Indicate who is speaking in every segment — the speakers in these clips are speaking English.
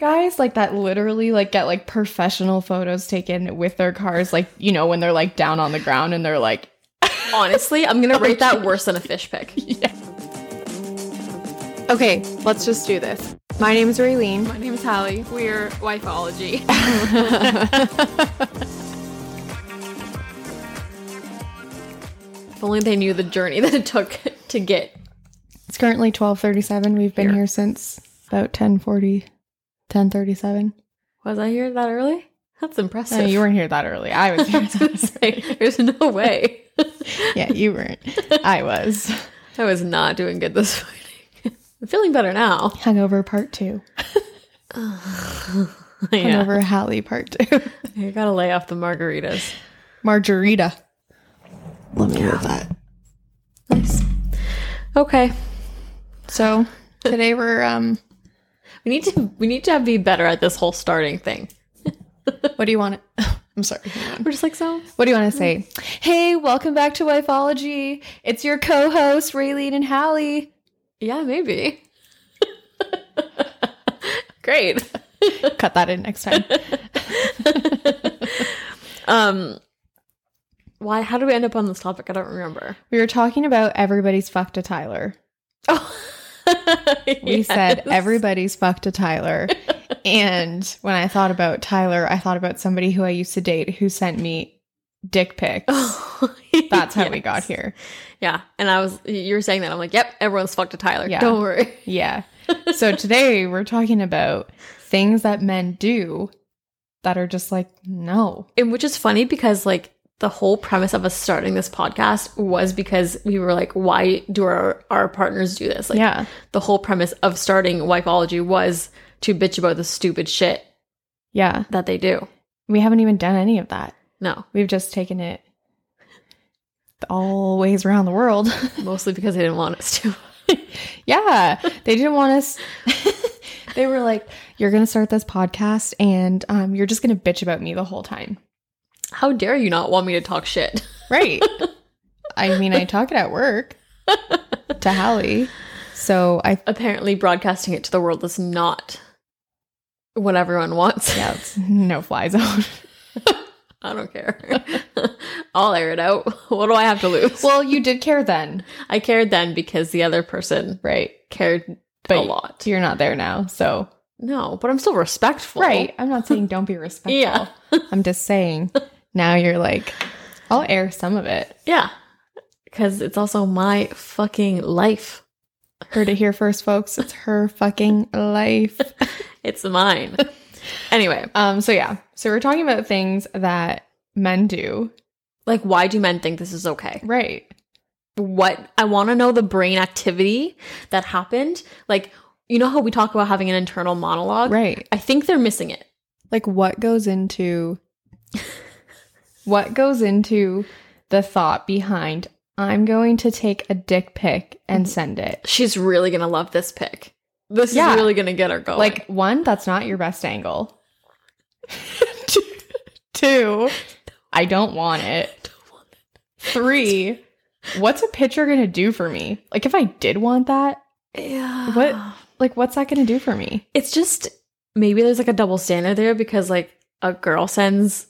Speaker 1: guys like that literally like get like professional photos taken with their cars like you know when they're like down on the ground and they're like
Speaker 2: Honestly, I'm gonna rate that worse than a fish pick.
Speaker 3: Okay, let's just do this. My name's Raylene.
Speaker 2: My name is Hallie. We're Wifeology. if only they knew the journey that it took to get.
Speaker 1: it's currently 12:37 we've been here, since about 10:40 10:37
Speaker 2: Was I here that early? That's impressive.
Speaker 1: no, you weren't here that early i was
Speaker 2: I was
Speaker 1: here
Speaker 2: gonna say, there's no way.
Speaker 1: yeah you weren't i was
Speaker 2: I was not doing good this morning. I'm feeling better now.
Speaker 1: hungover part 2
Speaker 2: Yeah.
Speaker 1: hungover Hallie part 2
Speaker 2: I gotta lay off the margaritas.
Speaker 1: margarita let me move that
Speaker 2: Nice. Okay.
Speaker 1: so today we're um
Speaker 2: We need to we need to be better at this whole starting thing.
Speaker 1: what do you want i'm sorry hang on.
Speaker 2: We're just like so
Speaker 1: What do you want to say? Mm-hmm. Hey, welcome back to Wifeology. It's your co-host Raylene and Hallie.
Speaker 2: Yeah, maybe. Great.
Speaker 1: Cut that in next time.
Speaker 2: Um why how do we end up on this topic? I don't remember.
Speaker 1: we were talking about everybody's fuck to Tyler.
Speaker 2: Oh.
Speaker 1: We said everybody's fuck to Tyler. and when I thought about Tyler, I thought about somebody who I used to date who sent me dick pics. That's how we got here.
Speaker 2: Oh, Yeah. And I was you were saying that. I'm like, yep, everyone's fucked to Tyler.
Speaker 1: Yeah.
Speaker 2: Don't worry.
Speaker 1: Yeah. so today we're talking about things that men do that are just like no.
Speaker 2: And which is funny because like the whole premise of us starting this podcast was because we were like, why do our, our partners do this? Like
Speaker 1: yeah.
Speaker 2: the whole premise of starting Wipeology was to bitch about the stupid shit
Speaker 1: Yeah.
Speaker 2: that they do.
Speaker 1: We haven't even done any of that.
Speaker 2: No,
Speaker 1: We've just taken it all ways around the world.
Speaker 2: mostly because they didn't want us to.
Speaker 1: yeah, they didn't want us. they were like, "You're gonna start this podcast, and um, you're just gonna bitch about me the whole time."
Speaker 2: How dare you not want me to talk shit?
Speaker 1: Right. I mean, I talk it at work to Hallie, so I.
Speaker 2: Apparently, broadcasting it to the world is not what everyone wants.
Speaker 1: Yeah, it's no fly zone.
Speaker 2: I don't care. I'll air it out. What do I have to lose?
Speaker 1: well, you did care then,
Speaker 2: I cared then because the other person
Speaker 1: right?
Speaker 2: cared
Speaker 1: But
Speaker 2: a lot.
Speaker 1: You're not there now, so
Speaker 2: No, but I'm still respectful.
Speaker 1: right. I'm not saying don't be respectful.
Speaker 2: Yeah.
Speaker 1: I'm just saying now you're like, I'll air some of it.
Speaker 2: Yeah. Because it's also my fucking life.
Speaker 1: Heard it here first, folks. It's her fucking life.
Speaker 2: It's mine. anyway,
Speaker 1: Um, so yeah. So we're talking about things that men do.
Speaker 2: like, why do men think this is okay?
Speaker 1: Right.
Speaker 2: What I want to know the brain activity that happened. Like, you know how we talk about having an internal monologue?
Speaker 1: Right.
Speaker 2: I think they're missing it.
Speaker 1: Like what goes into what goes into the thought behind I'm going to take a dick pic and send it.
Speaker 2: She's really going to love this pick. This
Speaker 1: Yeah.
Speaker 2: is really going to get her going.
Speaker 1: Like one, that's not your best angle. Two, I don't want it. Three, what's a picture gonna do for me? Like if I did want that,
Speaker 2: yeah.
Speaker 1: What? like what's that gonna do for me?
Speaker 2: It's just maybe there's like a double standard there because, like, a girl sends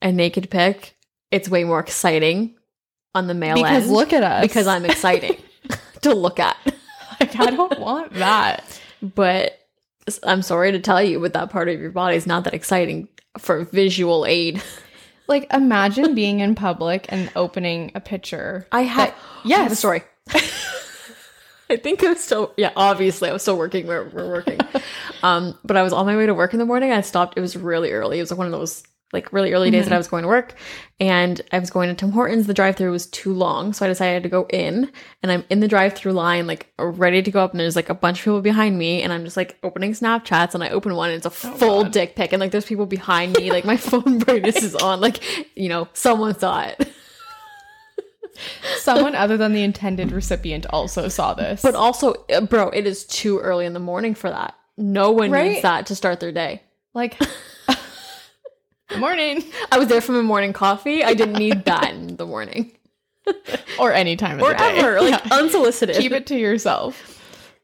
Speaker 2: a naked pic, it's way more exciting on the male
Speaker 1: Because
Speaker 2: end.
Speaker 1: look at us.
Speaker 2: because I'm exciting to look at.
Speaker 1: like, I don't want that.
Speaker 2: But s- I'm sorry to tell you, but that part of your body is not that exciting for visual aid.
Speaker 1: Like imagine being in public and opening a picture.
Speaker 2: I had
Speaker 1: Yes.
Speaker 2: I have a story. I think I was still yeah, obviously I was still working where we're working. um, but I was on my way to work in the morning. I stopped. It was really early. It was like one of those like really early days that I was going to work. And I was going to Tim Hortons. The drive through was too long. So I decided to go in and I'm in the drive through line, like ready to go up. And there's like a bunch of people behind me. And I'm just like opening Snapchats and I open one and it's a full dick pic. And like there's people behind me. Like my phone brightness is on. Like, you know, someone saw it.
Speaker 1: Someone other than the intended recipient also saw this.
Speaker 2: But also, uh, bro, it is too early in the morning for that. No one
Speaker 1: Right?
Speaker 2: needs that to start their day.
Speaker 1: like good morning
Speaker 2: I was there for my morning coffee. I didn't need that in the morning
Speaker 1: or any time of
Speaker 2: or
Speaker 1: the day.
Speaker 2: ever, like Uh.
Speaker 1: Yeah.
Speaker 2: unsolicited.
Speaker 1: Keep it to yourself.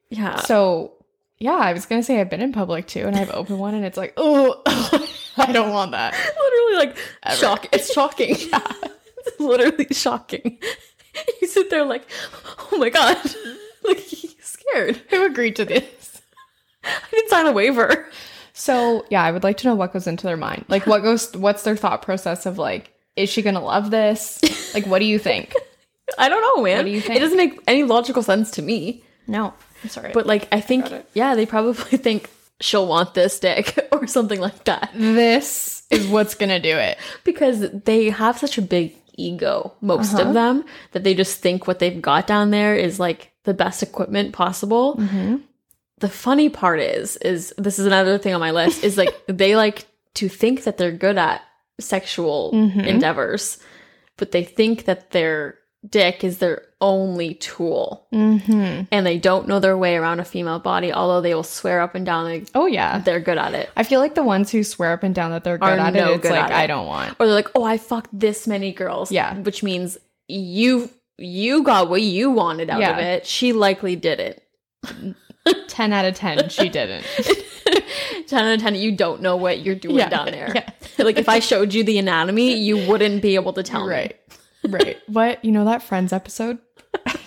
Speaker 2: yeah.
Speaker 1: So Yeah, I was gonna say I've been in public too, and I've opened one, and it's like, oh, I don't want that.
Speaker 2: Literally, like,
Speaker 1: Ever.
Speaker 2: shock. It's shocking. It's literally shocking. You sit there like, oh my god, like he's scared.
Speaker 1: Who agreed to this?
Speaker 2: I didn't sign a waiver.
Speaker 1: So yeah, I would like to know what goes into their mind. Like, what goes? What's their thought process of like, is she gonna love this? Like, what do you think?
Speaker 2: I don't know, man.
Speaker 1: What do you think?
Speaker 2: It doesn't make any logical sense to me.
Speaker 1: No, I'm sorry,
Speaker 2: But like, I think, yeah, they probably think she'll want this dick or something like that
Speaker 1: this is what's gonna do it.
Speaker 2: because they have such a big ego, most of them, that they just think what they've got down there is like the best equipment possible. The funny part is, is this is another thing on my list is like they like to think that they're good at sexual
Speaker 1: Mhm.
Speaker 2: endeavors, but they think that their dick is their only tool.
Speaker 1: Mm-hmm.
Speaker 2: and they don't know their way around a female body, although they will swear up and down like
Speaker 1: Oh yeah,
Speaker 2: they're good at it.
Speaker 1: I feel like the ones who swear up and down that they're good
Speaker 2: Are
Speaker 1: at
Speaker 2: no
Speaker 1: it, it's
Speaker 2: good
Speaker 1: like
Speaker 2: at it.
Speaker 1: I don't want.
Speaker 2: Or they're like, "Oh, I fucked this many girls."
Speaker 1: Yeah.
Speaker 2: which means you you got what you wanted out
Speaker 1: Yeah.
Speaker 2: of it. She likely did it.
Speaker 1: Ten out of ten, she didn't.
Speaker 2: ten out of ten, you don't know what you're doing
Speaker 1: Yeah.
Speaker 2: down there.
Speaker 1: Yeah.
Speaker 2: like if I showed you the anatomy, you wouldn't be able to tell me.
Speaker 1: Right. Right. What? You know that Friends episode?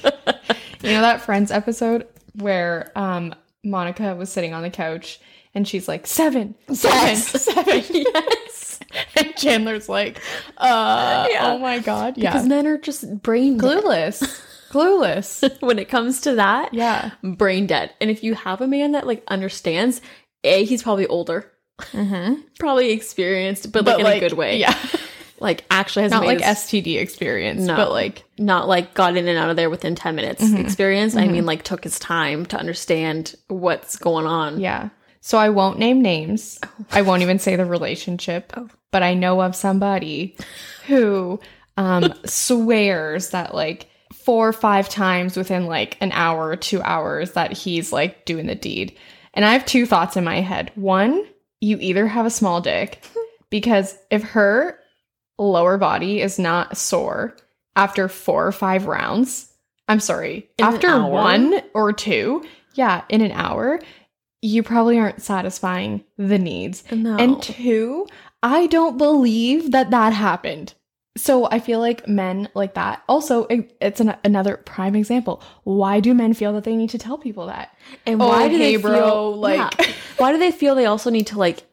Speaker 1: you know that Friends episode where um Monica was sitting on the couch and she's like, seven, seven,
Speaker 2: Yes.
Speaker 1: seven.
Speaker 2: yes,
Speaker 1: And Chandler's like, uh,
Speaker 2: Yeah.
Speaker 1: oh my God.
Speaker 2: because
Speaker 1: Yeah.
Speaker 2: men are just brain dead
Speaker 1: Clueless. Clueless.
Speaker 2: when it comes to that.
Speaker 1: Yeah.
Speaker 2: brain dead. And if you have a man that like understands, a he's probably older.
Speaker 1: Mm-hmm.
Speaker 2: probably experienced, but, like in a good way.
Speaker 1: Yeah.
Speaker 2: like actually has
Speaker 1: Not
Speaker 2: made
Speaker 1: like
Speaker 2: his-
Speaker 1: STD experience,
Speaker 2: No.
Speaker 1: but like,
Speaker 2: not like got in and out of there within ten minutes. Experience. I mean, like took his time to understand what's going on.
Speaker 1: yeah. So I won't name names.
Speaker 2: Oh.
Speaker 1: I won't even say the relationship, but I know of somebody who um, swears that like four or five times within like an hour or two hours that he's like doing the deed. And I have two thoughts in my head. One, you either have a small dick because if her lower body is not sore after four or five rounds, I'm sorry,
Speaker 2: In an
Speaker 1: after
Speaker 2: hour?
Speaker 1: one or two, yeah, in an hour, you probably aren't satisfying the needs.
Speaker 2: No.
Speaker 1: And two, I don't believe that that happened. So I feel like men like that. Also, it- it's an, another prime example. Why do men feel that they need to tell people that?
Speaker 2: and
Speaker 1: oh,
Speaker 2: why do
Speaker 1: hey,
Speaker 2: they
Speaker 1: bro,
Speaker 2: feel
Speaker 1: like-
Speaker 2: Yeah. why do they feel they also need to like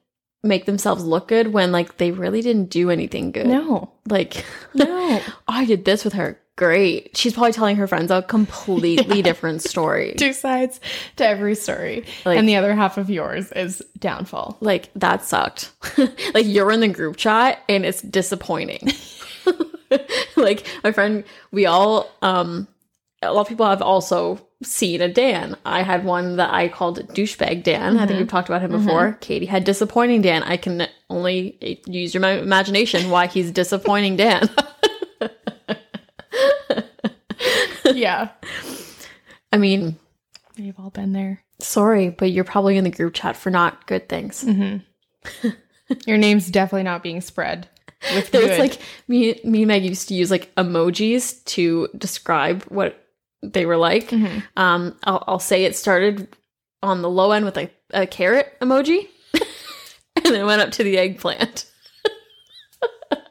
Speaker 2: make themselves look good when like they really didn't do anything good?
Speaker 1: No,
Speaker 2: Like
Speaker 1: no,
Speaker 2: I did this with her. Great. She's probably telling her friends a completely different story.
Speaker 1: two sides to every story,
Speaker 2: Like-
Speaker 1: and the other half of yours is downfall.
Speaker 2: like that sucked like you're in the group chat and it's disappointing like my friend we all um a lot of people have also seen a dan i had one that i called douchebag dan i think we've talked about him before katie had disappointing dan i can only use your ma- imagination why he's disappointing dan
Speaker 1: yeah,
Speaker 2: i mean
Speaker 1: we've all been there.
Speaker 2: sorry but you're probably in the group chat for not good things
Speaker 1: Mm-hmm. Your name's definitely not being spread. With
Speaker 2: There's
Speaker 1: good.
Speaker 2: like me, me and Meg used to use like emojis to describe what they were like.
Speaker 1: Mhm.
Speaker 2: Um, I'll, I'll say it started on the low end with a, a carrot emoji, and then went up to the eggplant.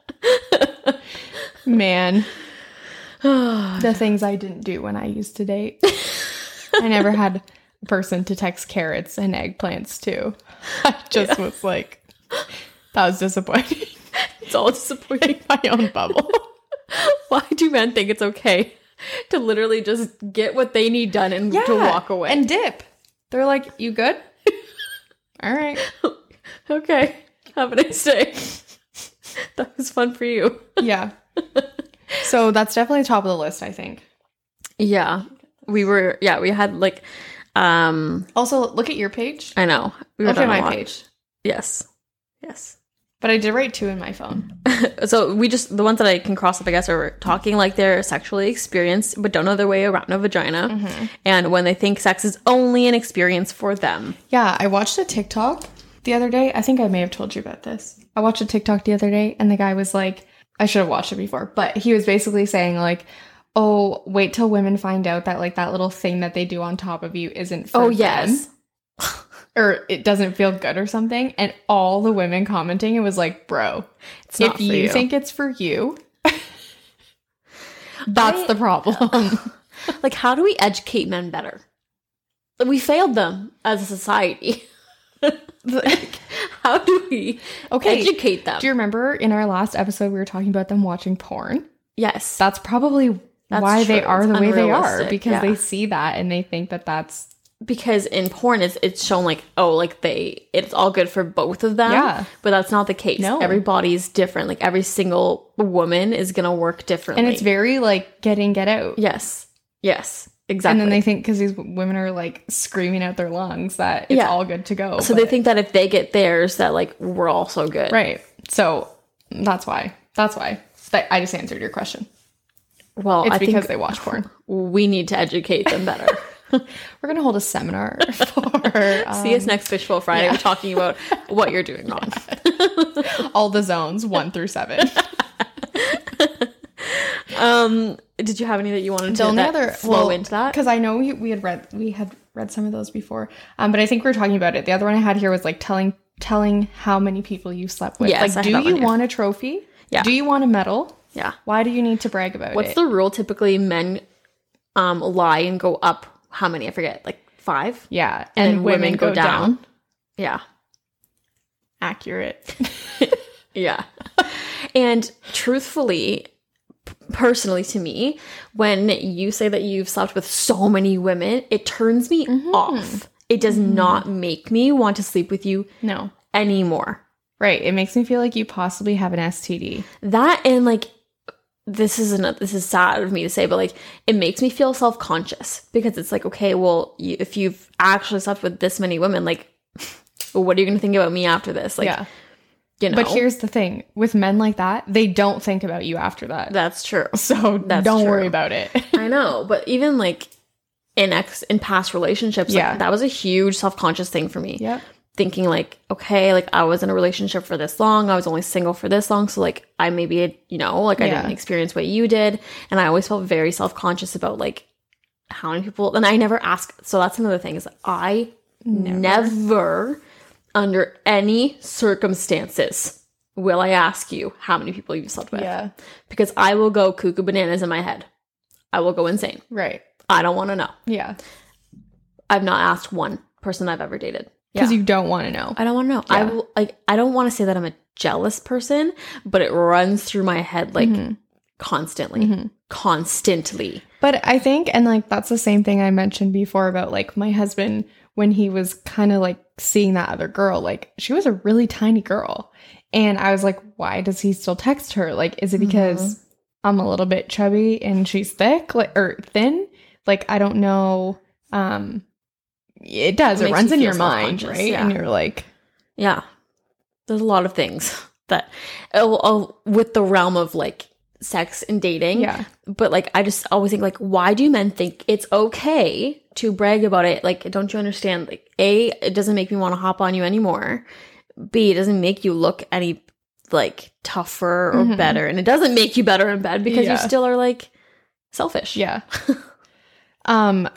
Speaker 1: man,
Speaker 2: yeah,
Speaker 1: the things I didn't do when I used to date. I never had a person to text carrots and eggplants to. I just was like, that was disappointing.
Speaker 2: it's all disappointing.
Speaker 1: My own bubble.
Speaker 2: Why do men think it's okay to literally just get what they need done and to walk away?
Speaker 1: and dip. They're like, you good? All right.
Speaker 2: okay, have a nice day. that was fun for you.
Speaker 1: Yeah. So that's definitely top of the list, I think.
Speaker 2: Yeah, we were. Yeah, we had like, um,
Speaker 1: Also, look at your page.
Speaker 2: I know we were
Speaker 1: Look at
Speaker 2: done a
Speaker 1: my
Speaker 2: lot.
Speaker 1: page.
Speaker 2: Yes, yes.
Speaker 1: But I did write two in my phone.
Speaker 2: So we just the ones that I can cross up, I guess, are talking like they're sexually experienced but don't know their way around a vagina, and when they think sex is only an experience for them.
Speaker 1: Yeah, I watched a TikTok the other day. I think I may have told you about this. I watched a TikTok the other day, and the guy was like, I should have watched it before, but he was basically saying, like,
Speaker 2: Oh,
Speaker 1: oh, wait till women find out that, like, that little thing that they do on top of you isn't for them. or it doesn't feel good or something. And all the women commenting, it was like, bro,
Speaker 2: It's not
Speaker 1: if
Speaker 2: for
Speaker 1: you,
Speaker 2: you.
Speaker 1: think it's for you, that's
Speaker 2: I-
Speaker 1: the problem.
Speaker 2: like, how do we educate men better? Like, We failed them as a society. like, how do we
Speaker 1: Okay,
Speaker 2: educate them?
Speaker 1: Do you remember in our last episode we were talking about them watching porn?
Speaker 2: yes.
Speaker 1: That's probably
Speaker 2: That's
Speaker 1: why they
Speaker 2: true.
Speaker 1: are the
Speaker 2: It's
Speaker 1: way they are
Speaker 2: unrealistic,
Speaker 1: because
Speaker 2: yeah.
Speaker 1: they see that and they think that that's
Speaker 2: because in porn it's it's shown like oh like they it's all good for both of them
Speaker 1: Yeah.
Speaker 2: but that's not the case
Speaker 1: No.
Speaker 2: everybody's different like every single woman is gonna work differently
Speaker 1: and it's very like get in, get out.
Speaker 2: yes yes exactly
Speaker 1: And then they think because these women are like screaming out their lungs that it's
Speaker 2: Yeah.
Speaker 1: all good to go.
Speaker 2: so
Speaker 1: but-
Speaker 2: they think that if they get theirs that like we're also good
Speaker 1: right. So that's why. That's why. That- I just answered your question.
Speaker 2: well
Speaker 1: It's
Speaker 2: i
Speaker 1: because
Speaker 2: think
Speaker 1: they watch porn.
Speaker 2: we need to educate them better
Speaker 1: We're gonna hold a seminar for um,
Speaker 2: see us next fishbowl friday we're talking about what you're doing wrong
Speaker 1: all the zones one through seven.
Speaker 2: um did you have any that you wanted to
Speaker 1: the only
Speaker 2: that
Speaker 1: other
Speaker 2: flow into that
Speaker 1: because I know we, we had read we had read some of those before, um, but I think we were talking about it. The other one I had here was like telling telling how many people you slept with.
Speaker 2: Yes, I
Speaker 1: like,
Speaker 2: had
Speaker 1: do
Speaker 2: that one
Speaker 1: you
Speaker 2: here.
Speaker 1: want a trophy?
Speaker 2: Yeah.
Speaker 1: Do you want a medal?
Speaker 2: yeah
Speaker 1: Why do you need to brag about
Speaker 2: What's
Speaker 1: it?
Speaker 2: the rule? Typically, men um, lie and go up. How many? I forget. Like five.
Speaker 1: yeah,
Speaker 2: And, women, go, down. Yeah,
Speaker 1: Accurate.
Speaker 2: yeah. and truthfully, p- personally, to me, when you say that you've slept with so many women, it turns me off. It does not make me want to sleep with you
Speaker 1: no,
Speaker 2: anymore.
Speaker 1: right. It makes me feel like you possibly have an STD.
Speaker 2: That and like this is another this is sad of me to say, but like it makes me feel self conscious because it's like okay, well, you, if you've actually slept with this many women, like what are you going to think about me after this? Like,
Speaker 1: yeah.
Speaker 2: you know,
Speaker 1: But here's the thing: with men like that, they don't think about you after that.
Speaker 2: that's true.
Speaker 1: so
Speaker 2: That's
Speaker 1: don't worry
Speaker 2: true.
Speaker 1: about it.
Speaker 2: I know, but even like in ex in past relationships,
Speaker 1: Yeah.
Speaker 2: like, that was a huge self conscious thing for me.
Speaker 1: yep.
Speaker 2: Thinking like, okay, like I was in a relationship for this long, I was only single for this long, so like I maybe you know, like I
Speaker 1: Yeah.
Speaker 2: didn't experience what you did, and I always felt very self conscious about like how many people, and I never ask. So that's another thing is I never, under any circumstances will I ask you how many people you slept with
Speaker 1: Yeah.
Speaker 2: because I will go cuckoo bananas in my head. I will go insane.
Speaker 1: Right.
Speaker 2: I don't want to know.
Speaker 1: Yeah.
Speaker 2: I've not asked one person I've ever dated.
Speaker 1: Because you don't want to know.
Speaker 2: I don't want to know. I
Speaker 1: Yeah.
Speaker 2: will like I don't want to say that I'm a jealous person, but it runs through my head like
Speaker 1: Mhm.
Speaker 2: constantly.
Speaker 1: Mhm.
Speaker 2: Constantly.
Speaker 1: But I think, and like that's the same thing I mentioned before about like my husband when he was kind of like seeing that other girl, like she was a really tiny girl. And I was like, why does he still text her? Like, is it
Speaker 2: Mm-hmm.
Speaker 1: because I'm a little bit chubby and she's thick like, or thin? Like, I don't know. Um, it does.
Speaker 2: It
Speaker 1: It,
Speaker 2: makes
Speaker 1: runs
Speaker 2: you
Speaker 1: in
Speaker 2: feel
Speaker 1: your mind,
Speaker 2: self-conscious,
Speaker 1: right?
Speaker 2: yeah.
Speaker 1: And you're like,
Speaker 2: Yeah. There's a lot of things that oh, oh, with the realm of like sex and dating.
Speaker 1: yeah,
Speaker 2: but like I just always think like why do men think it's okay to brag about it? Like don't you understand like A it doesn't make me want to hop on you anymore. B it doesn't make you look any like tougher or
Speaker 1: Mhm.
Speaker 2: better and it doesn't make you better in bed because
Speaker 1: Yeah.
Speaker 2: you still are like selfish.
Speaker 1: yeah. um,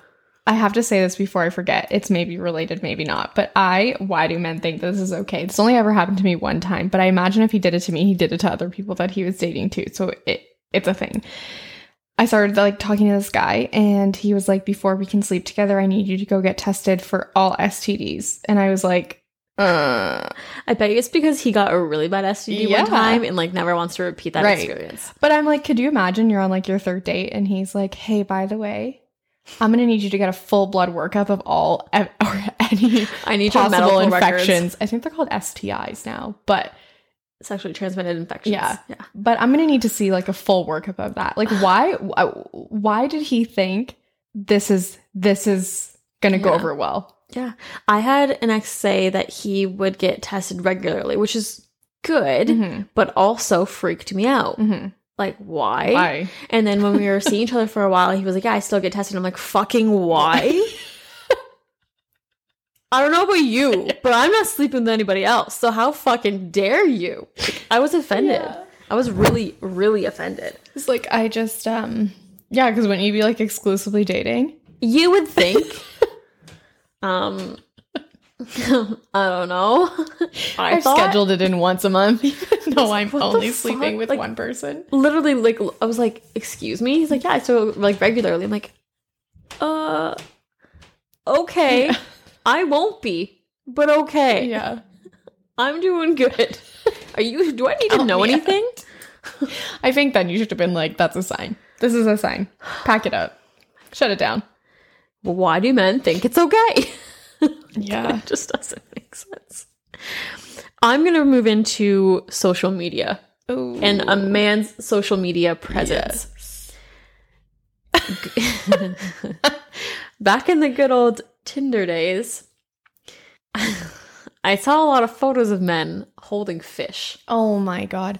Speaker 1: I have to say this before I forget. It's maybe related, maybe not. But I, why do men think this is okay? This only ever happened to me one time, but I imagine if he did it to me, he did it to other people that he was dating too. So it it's a thing. I started like talking to this guy, and he was like, "Before we can sleep together, I need you to go get tested for all STDs." And I was like, "Uh."
Speaker 2: I bet you it's because he got a really bad STD
Speaker 1: Yeah.
Speaker 2: one time and like never wants to repeat that
Speaker 1: Right.
Speaker 2: experience.
Speaker 1: But I'm like, could you imagine you're on like your third date, and he's like, "Hey, by the way." I'm gonna need you to get a full blood workup of all e-" or any
Speaker 2: I need your
Speaker 1: possible
Speaker 2: medical
Speaker 1: infections.
Speaker 2: records.
Speaker 1: I think they're called STIs now, but
Speaker 2: Sexually transmitted infections.
Speaker 1: Yeah.
Speaker 2: Yeah.
Speaker 1: but I'm gonna need to see like a full workup of that. Like, why wh- why did he think this is this is gonna go
Speaker 2: Yeah.
Speaker 1: over well?
Speaker 2: Yeah. I had an ex say that he would get tested regularly, which is good.
Speaker 1: Mhm.
Speaker 2: but also freaked me out.
Speaker 1: Mhm.
Speaker 2: Like, why?
Speaker 1: Why?
Speaker 2: And then when we were seeing each other for a while, he was like, Yeah, I still get tested. I'm like, Fucking why? I don't know about you, but I'm not sleeping with anybody else. So how fucking dare you? I was offended. I was really, really offended.
Speaker 1: It's like I just um yeah, because wouldn't you be like exclusively dating?
Speaker 2: You would think. um I don't know. I
Speaker 1: I've
Speaker 2: thought-
Speaker 1: scheduled it in once a month. no, I'm
Speaker 2: What the
Speaker 1: only
Speaker 2: fuck?
Speaker 1: sleeping with
Speaker 2: Like-
Speaker 1: one person.
Speaker 2: literally like l- I was like, "Excuse me." He's like, "Yeah." So like regularly, I'm like, "Uh, okay, I won't be, but okay,
Speaker 1: Yeah.
Speaker 2: I'm doing good." Are you? Do I need to
Speaker 1: Help
Speaker 2: know
Speaker 1: me out.
Speaker 2: anything?
Speaker 1: I think then you should have been like, that's a sign. This is a sign. Pack it up. Shut it down.
Speaker 2: Why do men think it's okay?
Speaker 1: Yeah.
Speaker 2: it just doesn't make sense. I'm gonna move into social media
Speaker 1: Ooh.
Speaker 2: and uh, a man's social media presence. Back in the good old Tinder days, I saw a lot of photos of men holding fish.
Speaker 1: oh my God.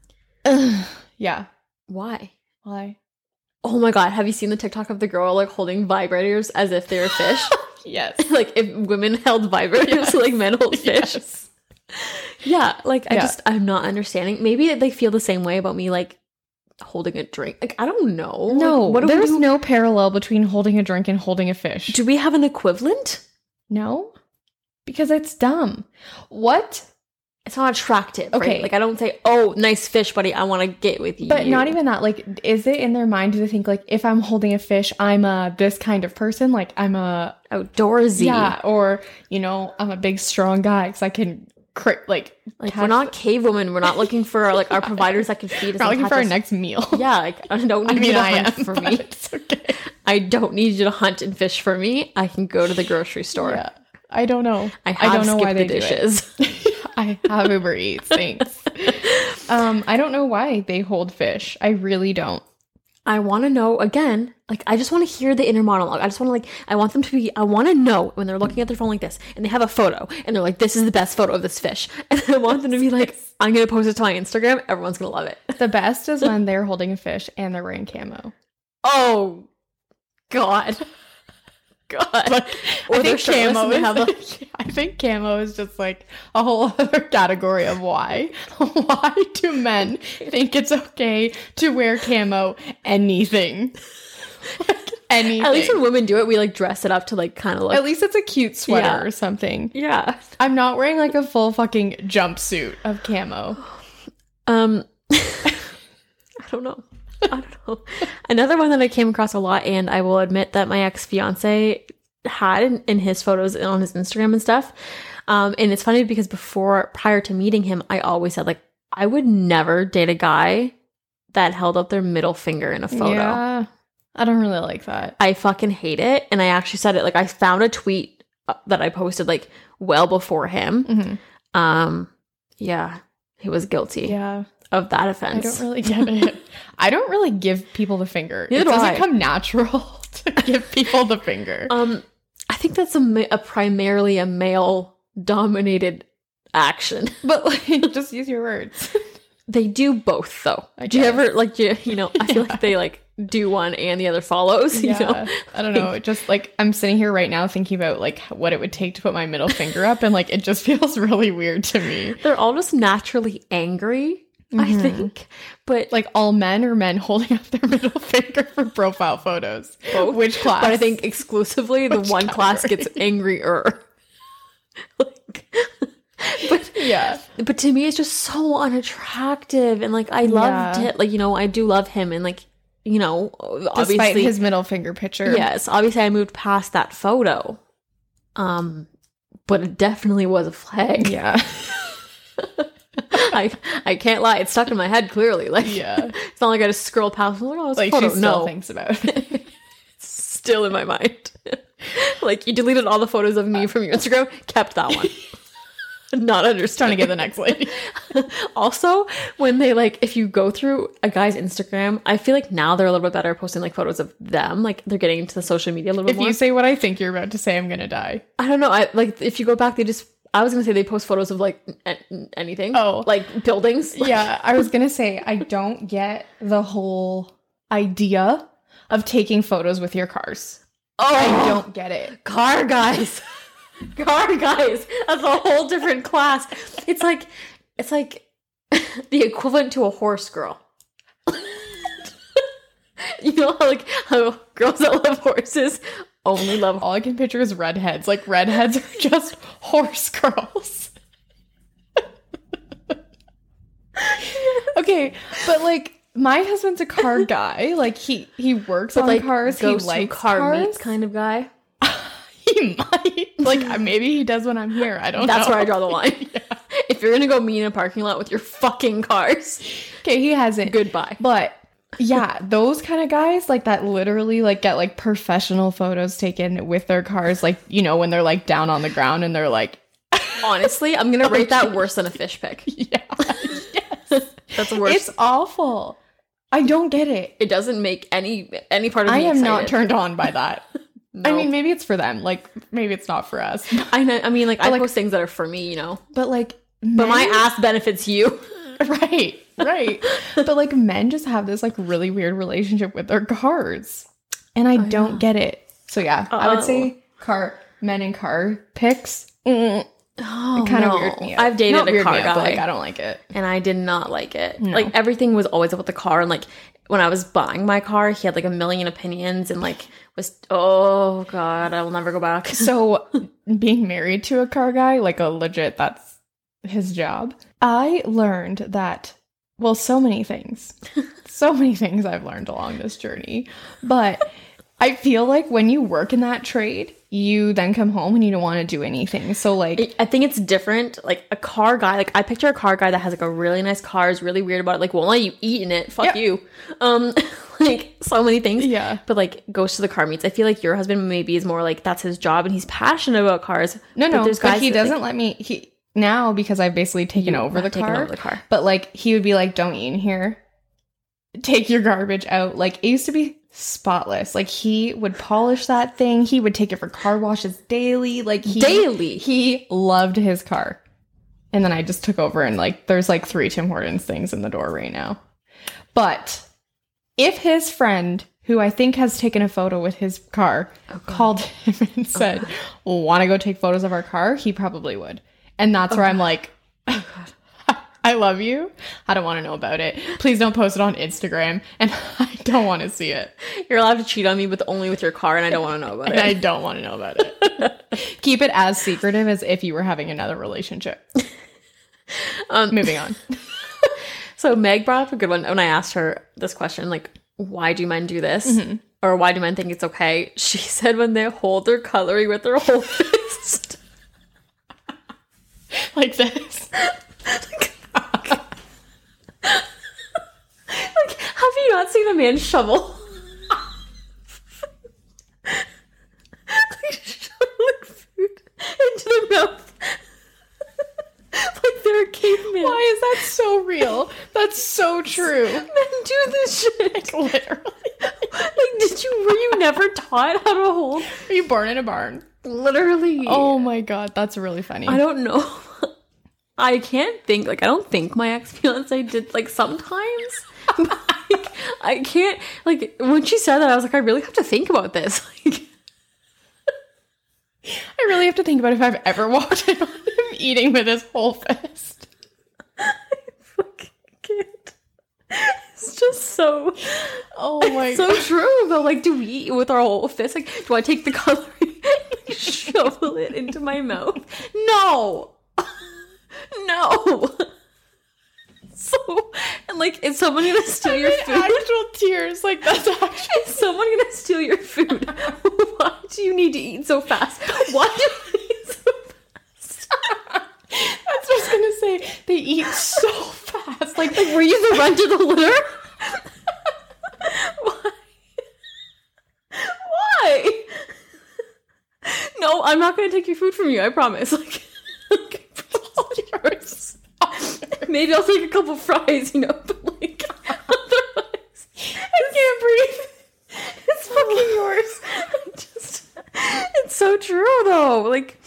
Speaker 1: Ugh. Yeah.
Speaker 2: Why?
Speaker 1: Why?
Speaker 2: Oh my god, have you seen the TikTok of the girl like holding vibrators as if they were fish?
Speaker 1: Yes.
Speaker 2: like if women held vibrators, like men hold fish.
Speaker 1: Yes.
Speaker 2: Yeah, like I
Speaker 1: Yeah.
Speaker 2: just I'm not understanding. Maybe they feel the same way about me like holding a drink. Like I don't know.
Speaker 1: No,
Speaker 2: Like, what do we
Speaker 1: there's
Speaker 2: do?
Speaker 1: no parallel between holding a drink and holding a fish.
Speaker 2: Do we have an equivalent?
Speaker 1: no? Because it's dumb. What?
Speaker 2: It's not attractive. Okay.
Speaker 1: Okay.
Speaker 2: Like I don't say, "Oh, nice fish, buddy. I want to get with you."
Speaker 1: But not even that. Like, is it in their mind to think like, if I'm holding a fish, I'm a this kind of person? Like, I'm uh, a
Speaker 2: outdoorsy.
Speaker 1: yeah, or you know, I'm a big strong guy because I can cr- like
Speaker 2: Like
Speaker 1: catch-
Speaker 2: we're not cave women. We're not looking for like our providers that can feed us.
Speaker 1: not looking
Speaker 2: and catch
Speaker 1: for our
Speaker 2: us.
Speaker 1: next meal.
Speaker 2: Yeah, like I don't need
Speaker 1: I
Speaker 2: you
Speaker 1: mean,
Speaker 2: to
Speaker 1: I
Speaker 2: hunt
Speaker 1: am
Speaker 2: for
Speaker 1: but
Speaker 2: me.
Speaker 1: It's okay.
Speaker 2: I don't need you to hunt and fish for me. I can go to the grocery store.
Speaker 1: Yeah, I don't know.
Speaker 2: I, have
Speaker 1: don't know
Speaker 2: skipped
Speaker 1: why
Speaker 2: the
Speaker 1: they do it.
Speaker 2: dishes.
Speaker 1: I have Uber Eats. Thanks. um, I don't know why they hold fish. I really don't.
Speaker 2: I want to know again. Like I just want to hear the inner monologue. I just want to like I want them to be. I want to know when they're looking at their phone like this, and they have a photo, and they're like, "This is the best photo of this fish," and I want them to be like, "I'm gonna post it to my Instagram. Everyone's gonna love it."
Speaker 1: The best is when they're holding a fish and they're wearing camo.
Speaker 2: Oh, God, God.
Speaker 1: I
Speaker 2: or they're
Speaker 1: think
Speaker 2: shirtless
Speaker 1: camo
Speaker 2: and they
Speaker 1: is.
Speaker 2: have a
Speaker 1: I think camo is just like a whole other category of why. why do men think it's okay to wear camo anything? anything.
Speaker 2: At least when women do it, we like dress it up to like kind of look.
Speaker 1: At least it's a cute sweater
Speaker 2: Yeah.
Speaker 1: or something.
Speaker 2: yeah.
Speaker 1: I'm not wearing like a full fucking jumpsuit of camo.
Speaker 2: Um, I don't know. I don't know. Another one that I came across a lot, and I will admit that my ex fiance had in, in his photos and on his Instagram and stuff. Um, and it's funny because before, prior to meeting him, I always said like I would never date a guy that held up their middle finger in a photo.
Speaker 1: Yeah. I don't really like that.
Speaker 2: I fucking hate it. And I actually said it like I found a tweet uh, that I posted like well before him.
Speaker 1: Mhm.
Speaker 2: Um, yeah, he was guilty
Speaker 1: Yeah.
Speaker 2: of that
Speaker 1: I
Speaker 2: offense.
Speaker 1: don't really get it. I don't really give people the finger.
Speaker 2: Neither
Speaker 1: it
Speaker 2: do
Speaker 1: doesn't
Speaker 2: I.
Speaker 1: come natural to give people the finger.
Speaker 2: Um, I think that's a, ma- a primarily a male dominated action.
Speaker 1: but like, just use your words.
Speaker 2: They do both though.
Speaker 1: I
Speaker 2: do you
Speaker 1: guess.
Speaker 2: ever like you, you know? I feel like they like do one and the other follows. You know?
Speaker 1: I don't know. It just like I'm sitting here right now thinking about like what it would take to put my middle finger up, and like it just feels really weird to me.
Speaker 2: they're all just naturally angry. I
Speaker 1: Mhm.
Speaker 2: think, but like
Speaker 1: Like all men are men holding up their middle finger for profile photos.
Speaker 2: Both.
Speaker 1: Which class?
Speaker 2: but I think exclusively the
Speaker 1: Which
Speaker 2: one class
Speaker 1: category?
Speaker 2: gets angrier. like, but
Speaker 1: yeah,
Speaker 2: but to me it's just so unattractive and like I loved
Speaker 1: Yeah.
Speaker 2: it. Like you know I do love him and like you know obviously
Speaker 1: despite his middle finger picture.
Speaker 2: Yes, obviously I moved past that photo. Um but it definitely was a flag.
Speaker 1: yeah,
Speaker 2: I I can't lie, it's stuck in my head clearly. Like
Speaker 1: yeah.
Speaker 2: it's not like I just scroll past and like, oh, it's
Speaker 1: Like
Speaker 2: a
Speaker 1: she
Speaker 2: photo.
Speaker 1: still
Speaker 2: No,
Speaker 1: thinks about it.
Speaker 2: still in my mind. like you deleted all the photos of
Speaker 1: Uh.
Speaker 2: me from your Instagram, kept that one. not
Speaker 1: Trying to
Speaker 2: understanding.
Speaker 1: get the next lady.
Speaker 2: also, when they like, if you go through a guy's Instagram, I feel like now they're a little bit better at posting like photos of them. Like they're getting into the social media a little bit
Speaker 1: if
Speaker 2: more.
Speaker 1: you say what I think you're about to say, I'm gonna die.
Speaker 2: I don't know. I like if you go back, they just. I was gonna say they post photos of like an- anything.
Speaker 1: Oh.
Speaker 2: like buildings.
Speaker 1: yeah, I was gonna say I don't get the whole idea of taking photos with your cars.
Speaker 2: Oh,
Speaker 1: I don't get it.
Speaker 2: car guys, car guys. That's a whole different class. It's like, it's like the equivalent to a horse girl. you know, how, like how girls that love horses only love
Speaker 1: All I can picture is redheads. Like redheads are just horse girls. okay, but like my husband's a car guy. Like he he works on
Speaker 2: like
Speaker 1: cars. He
Speaker 2: goes to
Speaker 1: likes
Speaker 2: car
Speaker 1: cars.
Speaker 2: meets kind of guy.
Speaker 1: He might like maybe he does when I'm here. I don't.
Speaker 2: That's
Speaker 1: know.
Speaker 2: where I draw the line. If you're gonna go meet in a parking lot with your fucking cars,
Speaker 1: Okay, he hasn't.
Speaker 2: goodbye.
Speaker 1: But yeah, those kind of guys like that literally like get like professional photos taken with their cars, like you know when they're like down on the ground and they're like,
Speaker 2: Honestly, I'm gonna rate that worse than a fish pick.
Speaker 1: yeah,
Speaker 2: That's worse.
Speaker 1: it's awful. I don't get it.
Speaker 2: it doesn't make any any part of me.
Speaker 1: I am not
Speaker 2: excited.
Speaker 1: turned on by that.
Speaker 2: No.
Speaker 1: I mean, maybe it's for them. Like maybe it's not for us.
Speaker 2: I know. I mean, like I
Speaker 1: like-
Speaker 2: post things that are for me, you know.
Speaker 1: But like,
Speaker 2: But my
Speaker 1: men-
Speaker 2: ass benefits you.
Speaker 1: right, right. but like, men just have this like really weird relationship with their cars, and I don't get it. So yeah, I
Speaker 2: Uh-oh.
Speaker 1: would say car men and car pics.
Speaker 2: Oh,
Speaker 1: kind of
Speaker 2: no.
Speaker 1: weird me out.
Speaker 2: I've dated
Speaker 1: Not
Speaker 2: a
Speaker 1: weird
Speaker 2: car
Speaker 1: me out,
Speaker 2: guy,
Speaker 1: but like I don't like it.
Speaker 2: and I did not like it.
Speaker 1: No.
Speaker 2: Like everything was always about the car, and like when I was buying my car, he had like a million opinions, and like was oh god, I will never go back.
Speaker 1: So being married to a car guy, like a legit, that's his job. I learned that. Well, so many things, so many things I've learned along this journey, but I feel like when you work in that trade, you then come home and you don't want to do anything. So like,
Speaker 2: I- I think it's different. Like a car guy, like I picture a car guy that has like a really nice car, is really weird about it, like won't let you eat in it. Fuck
Speaker 1: Yep.
Speaker 2: you. Um, like so many things.
Speaker 1: Yeah.
Speaker 2: But like goes to the car meets. I feel like your husband maybe is more like that's his job and he's passionate about cars.
Speaker 1: no, no, but, he
Speaker 2: that, like,
Speaker 1: doesn't let me. He now because I've basically taken over the
Speaker 2: have taken
Speaker 1: car.
Speaker 2: over the car.
Speaker 1: But like he would be like, "Don't eat in here. Take your garbage out." Like it used to be spotless. Like he would polish that thing. He would take it for car washes daily. Like he,
Speaker 2: daily.
Speaker 1: he loved his car. And then I just took over and like there's like three Tim Hortons things in the door right now. But if his friend, who I think has taken a photo with his car, called him and said, "Want to go take photos of our car?" he probably would. And that's where I'm like, I love you. I don't want to know about it. Please don't post it on Instagram, and I don't want to see it.
Speaker 2: You're allowed to cheat on me, but only with your car, and I don't want to know about
Speaker 1: And I
Speaker 2: it.
Speaker 1: don't want to know about it. Keep it as secretive as if you were having another relationship.
Speaker 2: Um,
Speaker 1: Moving on.
Speaker 2: So Meg brought up a good one when I asked her this question, like, why do men do this?
Speaker 1: Mm-hmm.
Speaker 2: Or why do men think it's okay? She said when they hold their cutlery with their whole fist.
Speaker 1: Like this.
Speaker 2: Like, have you not seen a man shovel? like shoveling food into their mouth. like they're a caveman.
Speaker 1: Why is that so real? That's so true.
Speaker 2: men do this shit?
Speaker 1: Literally.
Speaker 2: like, did you were you never taught how to hold?
Speaker 1: Are you born in a barn?
Speaker 2: Literally.
Speaker 1: Oh my god, that's really funny.
Speaker 2: I don't know. I can't think. Like, I don't think my ex fiance did. Like, sometimes. like, I can't. Like, when she said that, I was like, I really have to think about this. Like,
Speaker 1: I really have to think about if I've ever walked in on him eating with his whole fist.
Speaker 2: fucking can't. It's just so.
Speaker 1: Oh my
Speaker 2: so true, though. Like, do we eat with our whole fist? Like, do I take the cutlery and like, shovel it into my mouth? No. no. So, and like, is someone gonna steal your
Speaker 1: god.
Speaker 2: food?
Speaker 1: Actual tears, like that's actually
Speaker 2: Is someone gonna steal your food? Why do you need to eat so fast? Why do you eat so fast?
Speaker 1: That's what I was gonna say. They eat so fast. Like,
Speaker 2: Like, were you the run to the litter? Why? Why? No, I'm not gonna take your food from you. I promise. Like, like, it's all yours. Maybe I'll take a couple fries. You know, but like, otherwise, I can't breathe. It's fucking yours. I Just, it's so true though. Like,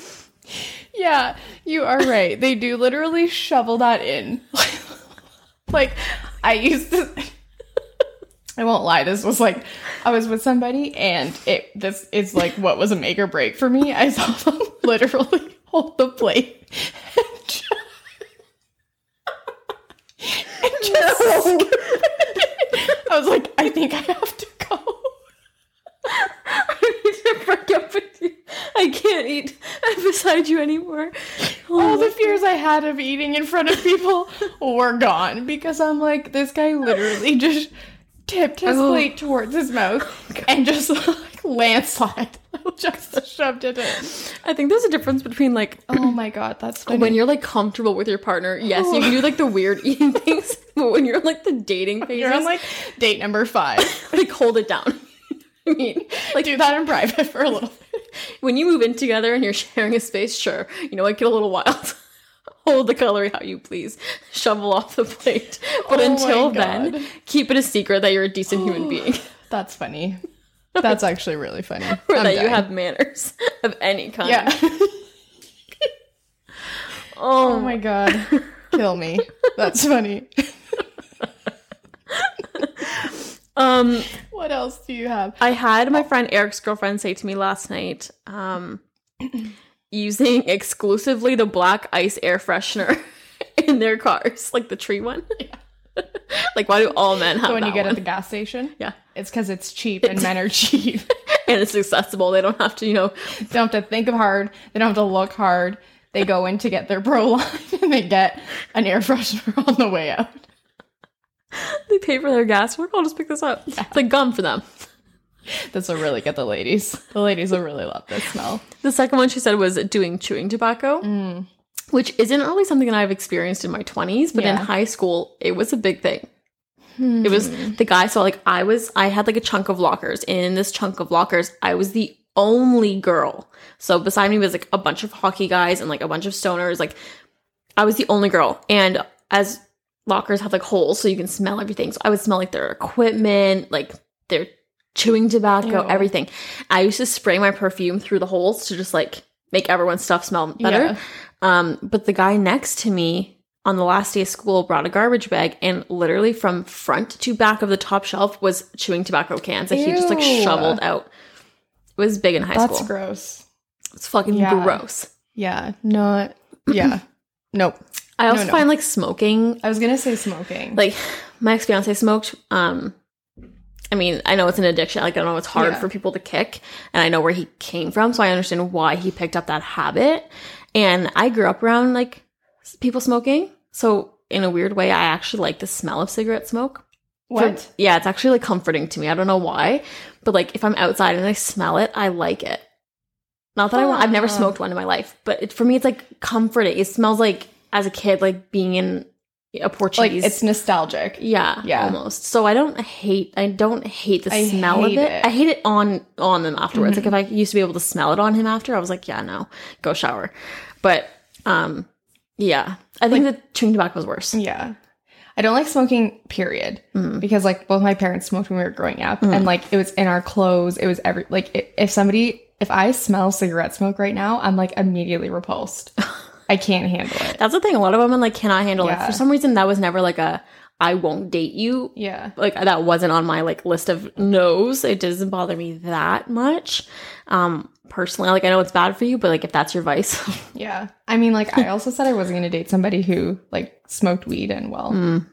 Speaker 1: yeah, you are right. They do literally shovel that in. like, I used to. I won't lie. This was like, I was with somebody, and it this is like what was a make or break for me. I saw them literally hold the plate and just, and just
Speaker 2: Oh,
Speaker 1: skip it. I was like, I think I have to go.
Speaker 2: I need to break up inside you anymore.
Speaker 1: All the fears I had of eating in front of people were gone because I'm like, this guy literally just tipped his
Speaker 2: Oh.
Speaker 1: plate towards his mouth and just like landslide, just shoved it in.
Speaker 2: Oh, I think there's a difference between like
Speaker 1: Oh my god, that's funny.
Speaker 2: when you're like comfortable with your partner. Yes, you can do like the weird eating things, but when you're like the dating phases,
Speaker 1: you're on like date number five.
Speaker 2: like hold it down. I mean,
Speaker 1: Like do that in private for a little. bit.
Speaker 2: when you move in together and you're sharing a space, sure, you know, it get a little wild. Hold the cutlery how you please, shovel off the plate. But
Speaker 1: Oh my
Speaker 2: until
Speaker 1: God.
Speaker 2: then, keep it a secret that you're a decent human being
Speaker 1: That's funny. That's actually really funny.
Speaker 2: or
Speaker 1: I'm
Speaker 2: that you
Speaker 1: dying.
Speaker 2: have manners of any kind.
Speaker 1: yeah.
Speaker 2: Oh,
Speaker 1: Oh my god. Kill me. That's funny.
Speaker 2: Um,
Speaker 1: What else do you have?
Speaker 2: I had my friend Eric's girlfriend say to me last night, um, using exclusively the black ice air freshener in their cars, like the tree one. like, why do all men have
Speaker 1: So when
Speaker 2: that
Speaker 1: you get
Speaker 2: one?
Speaker 1: at the gas station,
Speaker 2: Yeah.
Speaker 1: it's because it's cheap and men are cheap.
Speaker 2: and it's accessible. They don't have to, you know,
Speaker 1: they don't have to think hard. They don't have to look hard. They go in to get their pro line and they get an air freshener on the way out.
Speaker 2: they pay for their gas work. I'll just pick this up. It's like gum for them.
Speaker 1: This will really get the ladies. The ladies will really love this smell.
Speaker 2: The second one she said was doing chewing tobacco, which isn't really something that I've experienced in my 20s, but in
Speaker 1: Yeah.
Speaker 2: high school, it was a big thing. It was the guy. So, like, I was, I had like a chunk of lockers, and in this chunk of lockers, I was the only girl. So, beside me was like a bunch of hockey guys and like a bunch of stoners. Like, I was the only girl. And as lockers have like holes, so you can smell everything. So, I would smell like their equipment, like their chewing tobacco,
Speaker 1: Ew.
Speaker 2: everything. I used to spray my perfume through the holes to just like make everyone's stuff smell better.
Speaker 1: Yeah.
Speaker 2: Um, but the guy next to me on the last day of school brought a garbage bag and literally from front to back of the top shelf was chewing tobacco cans that he just like
Speaker 1: Ew.
Speaker 2: shoveled out. It was big in high
Speaker 1: That's
Speaker 2: school.
Speaker 1: gross.
Speaker 2: it's fucking
Speaker 1: Yeah.
Speaker 2: gross.
Speaker 1: Yeah. Not. Yeah. nope.
Speaker 2: I also
Speaker 1: no.
Speaker 2: find like smoking,
Speaker 1: I was gonna say smoking.
Speaker 2: like my ex fiance smoked. Um, I mean, I know it's an addiction. Like I know it's hard
Speaker 1: Yeah.
Speaker 2: for people to kick, and I know where he came from, so I understand why he picked up that habit. And I grew up around like s- people smoking, so in a weird way, I actually like the smell of cigarette smoke. For-
Speaker 1: what?
Speaker 2: yeah, it's actually like comforting to me. I don't know why, but like if I'm outside and I smell it, I like it. Not that I want, I've never
Speaker 1: Huh.
Speaker 2: smoked one in my life, but it, for me, it's like comforting. It smells like as a kid, like being in a
Speaker 1: like
Speaker 2: Portuguese.
Speaker 1: it's nostalgic.
Speaker 2: yeah,
Speaker 1: Yeah.
Speaker 2: almost. So I don't hate. I don't hate the
Speaker 1: I
Speaker 2: smell
Speaker 1: hate
Speaker 2: of it.
Speaker 1: it.
Speaker 2: I hate it on on them afterwards.
Speaker 1: Mhm.
Speaker 2: Like if I used to be able to smell it on him after, I was like, yeah, no, go shower. But um, yeah, I think that chewing tobacco was worse.
Speaker 1: Yeah. I don't like smoking, period.
Speaker 2: Mm.
Speaker 1: Because like both my parents smoked when we were growing up
Speaker 2: Mm.
Speaker 1: and like it was in our clothes. It was every like i if somebody if I smell cigarette smoke right now, I'm like immediately repulsed. I can't handle it.
Speaker 2: That's the thing. A lot of women like cannot handle
Speaker 1: Yeah.
Speaker 2: it. For some reason, that was never like a I won't date you.
Speaker 1: Yeah.
Speaker 2: Like that wasn't on my like list of no's. It doesn't bother me that much. Um, personally, like I know it's bad for you, but like if that's your vice,
Speaker 1: Yeah. I mean like I also said I wasn't going to date somebody who like smoked weed and well,
Speaker 2: Mm.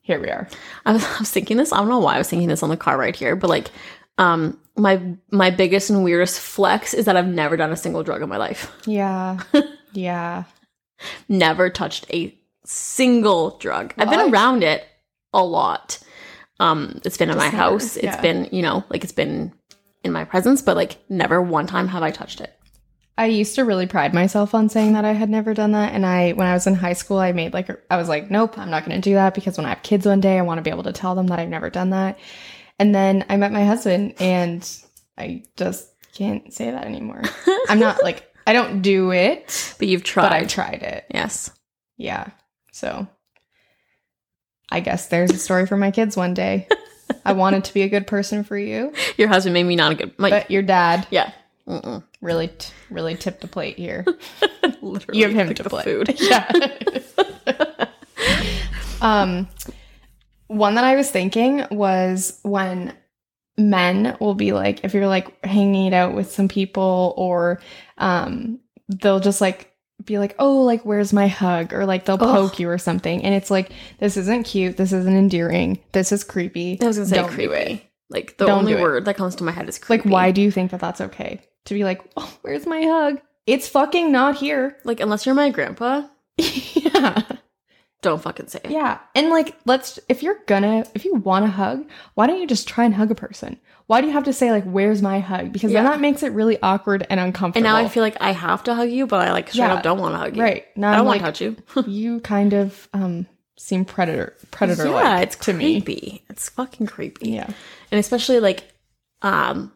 Speaker 1: here we are.
Speaker 2: I was, I was thinking this. I don't know why I was thinking this on the car right here, but like, um, my my biggest and weirdest flex is that I've never done a single drug in my life.
Speaker 1: Yeah. yeah.
Speaker 2: never touched a single drug. I've been
Speaker 1: What?
Speaker 2: around it a lot. Um, it's been in my
Speaker 1: Just never-
Speaker 2: house. It's
Speaker 1: yeah.
Speaker 2: been, you know, like it's been in my presence, but like never one time have I touched it.
Speaker 1: I used to really pride myself on saying that I had never done that. And I, when I was in high school, I made like, a- I was like, nope, I'm not going to do that because when I have kids one day, I want to be able to tell them that I've never done that. And then I met my husband and I just can't say that anymore. I'm not like, I don't do it,
Speaker 2: But you've
Speaker 1: but I
Speaker 2: tried.
Speaker 1: tried it.
Speaker 2: yes.
Speaker 1: Yeah. So I guess there's a story for my kids one day. I wanted to be a good person for you,
Speaker 2: Your husband made me not a good like
Speaker 1: but your dad
Speaker 2: yeah. Mm-mm.
Speaker 1: really, t- really tipped a plate here.
Speaker 2: Literally
Speaker 1: you have him
Speaker 2: picked
Speaker 1: to
Speaker 2: the
Speaker 1: play.
Speaker 2: food.
Speaker 1: Yeah. um, one that I was thinking was when men will be like, if you're like hanging it out with some people, or um, they'll just like be like, oh, like where's my hug, or like they'll
Speaker 2: Ugh.
Speaker 1: poke you or something, and it's like this isn't cute, this isn't endearing, this is creepy.
Speaker 2: I was gonna say
Speaker 1: Don't do
Speaker 2: creepy.
Speaker 1: it.
Speaker 2: Like the
Speaker 1: Don't
Speaker 2: only
Speaker 1: do it.
Speaker 2: word that comes to my head is
Speaker 1: Like,
Speaker 2: creepy.
Speaker 1: why do you think that that's okay to be like, oh, where's my hug? It's fucking not here.
Speaker 2: Like, unless you're my grandpa,
Speaker 1: yeah.
Speaker 2: don't fucking say it.
Speaker 1: Yeah. And like, let's, if you're gonna, if you want a hug, why don't you just try and hug a person? Why do you have to say, like, where's my hug? Because then
Speaker 2: Yeah.
Speaker 1: that makes it really awkward and
Speaker 2: And
Speaker 1: uncomfortable.
Speaker 2: now I feel like I have to hug you, but I like straight
Speaker 1: Yeah.
Speaker 2: up don't want to hug you.
Speaker 1: right. Now
Speaker 2: I
Speaker 1: I'm
Speaker 2: don't
Speaker 1: like,
Speaker 2: want to touch you.
Speaker 1: you kind of um seem predator, predator like
Speaker 2: yeah, it's
Speaker 1: to me.
Speaker 2: creepy. It's fucking creepy.
Speaker 1: Yeah.
Speaker 2: And especially like, um,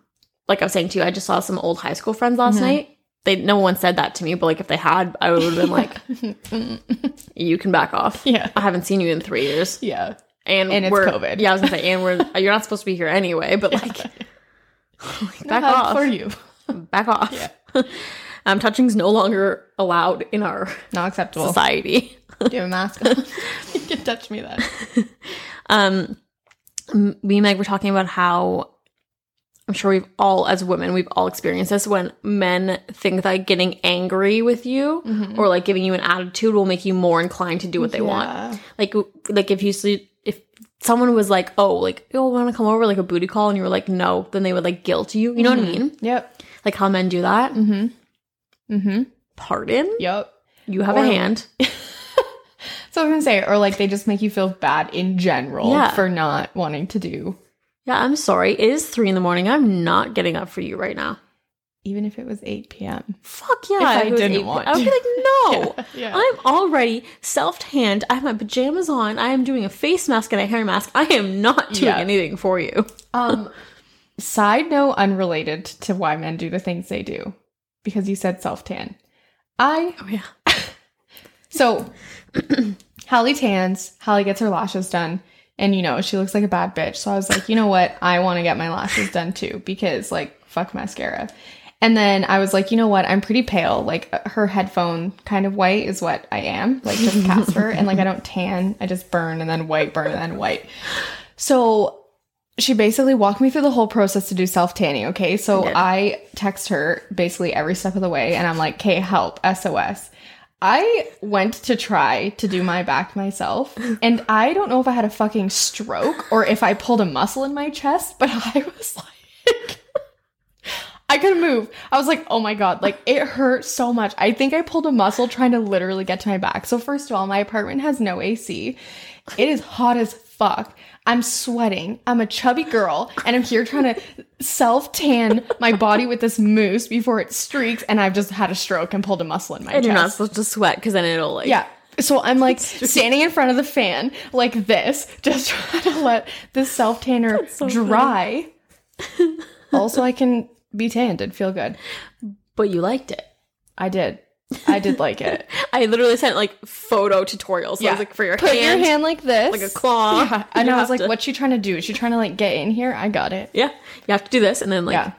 Speaker 2: like I was saying to you, I just saw some old high school friends last
Speaker 1: Mhm.
Speaker 2: night. They no one said that to me, but like if they had, I would have been like, "You can back off."
Speaker 1: yeah.
Speaker 2: I haven't seen you in three years.
Speaker 1: Yeah.
Speaker 2: and,
Speaker 1: And it's
Speaker 2: we're,
Speaker 1: COVID.
Speaker 2: Yeah, I was gonna say, and we're you're not supposed to be here anyway, but like, like, back,
Speaker 1: hug
Speaker 2: off,
Speaker 1: for you.
Speaker 2: back off, Um, touching's no longer allowed in our
Speaker 1: Not acceptable.
Speaker 2: society.
Speaker 1: Do a mask on. you can touch me then.
Speaker 2: Um, m- me and Meg were talking about how I'm sure we've all, as women, we've all experienced this when men think that getting angry with you or like giving you an attitude will make you more inclined to do what they want. like like if you see if someone was like oh like you want to come over like a booty call and you were like no then they would like guilt you you know what i mean
Speaker 1: Yep.
Speaker 2: like how men do that
Speaker 1: Mm-hmm. Mm-hmm.
Speaker 2: pardon
Speaker 1: Yep.
Speaker 2: you have
Speaker 1: Or-
Speaker 2: a hand
Speaker 1: So I was gonna say, or like they just make you feel bad in general
Speaker 2: Yeah.
Speaker 1: for not wanting to do,
Speaker 2: yeah i'm sorry it is three in the morning i'm not getting up for you right now
Speaker 1: even if it was eight p.m.
Speaker 2: fuck yeah
Speaker 1: If I
Speaker 2: it was
Speaker 1: didn't
Speaker 2: 8
Speaker 1: want
Speaker 2: i would be
Speaker 1: to.
Speaker 2: like no
Speaker 1: Yeah.
Speaker 2: I'm already self-tanned. I have my pajamas on. I am doing a face mask and a hair mask. I am not doing
Speaker 1: Yeah.
Speaker 2: anything for you.
Speaker 1: Um, side note, unrelated to why men do the things they do, because you said self tan. I
Speaker 2: Oh yeah.
Speaker 1: so Hallie tans. Hallie gets her lashes done, and you know she looks like a bad bitch. So I was like, you know what? I want to get my lashes done too because like fuck mascara. And then I was like, you know what? I'm pretty pale. Like uh, her headphone kind of white is what I am, like just Casper. and like I don't tan, I just burn and then white, burn and then white. So she basically walked me through the whole process to do self tanning. Okay. So
Speaker 2: Yeah.
Speaker 1: I text her basically every step of the way and I'm like, okay, help, SOS. I went to try to do my back myself, and I don't know if I had a fucking stroke or if I pulled a muscle in my chest, but I was like, I couldn't move. I was like, oh my God, like it hurt so much. I think I pulled a muscle trying to literally get to my back. So, first of all, my apartment has no AC. It is hot as fuck. I'm sweating. I'm a chubby girl, and I'm here trying to self tan my body with this mousse before it streaks, and I've just had a stroke and pulled a muscle in my
Speaker 2: And
Speaker 1: chest.
Speaker 2: you're not supposed to sweat because then it'll like
Speaker 1: Yeah. So I'm like standing in front of the fan like this, just trying to let this self tanner dry. also, I can be tanned and feel good.
Speaker 2: But you liked it.
Speaker 1: I did. I did like it.
Speaker 2: I literally sent like photo tutorials. So I
Speaker 1: Yeah.
Speaker 2: was like for your
Speaker 1: Put
Speaker 2: hand,
Speaker 1: your hand like this,
Speaker 2: like a claw.
Speaker 1: Yeah. And
Speaker 2: You
Speaker 1: I
Speaker 2: have
Speaker 1: was like,
Speaker 2: to-
Speaker 1: "What's she trying to do? Is she trying to like get in here?" I got it.
Speaker 2: Yeah, you have to do this, and then like
Speaker 1: Yeah.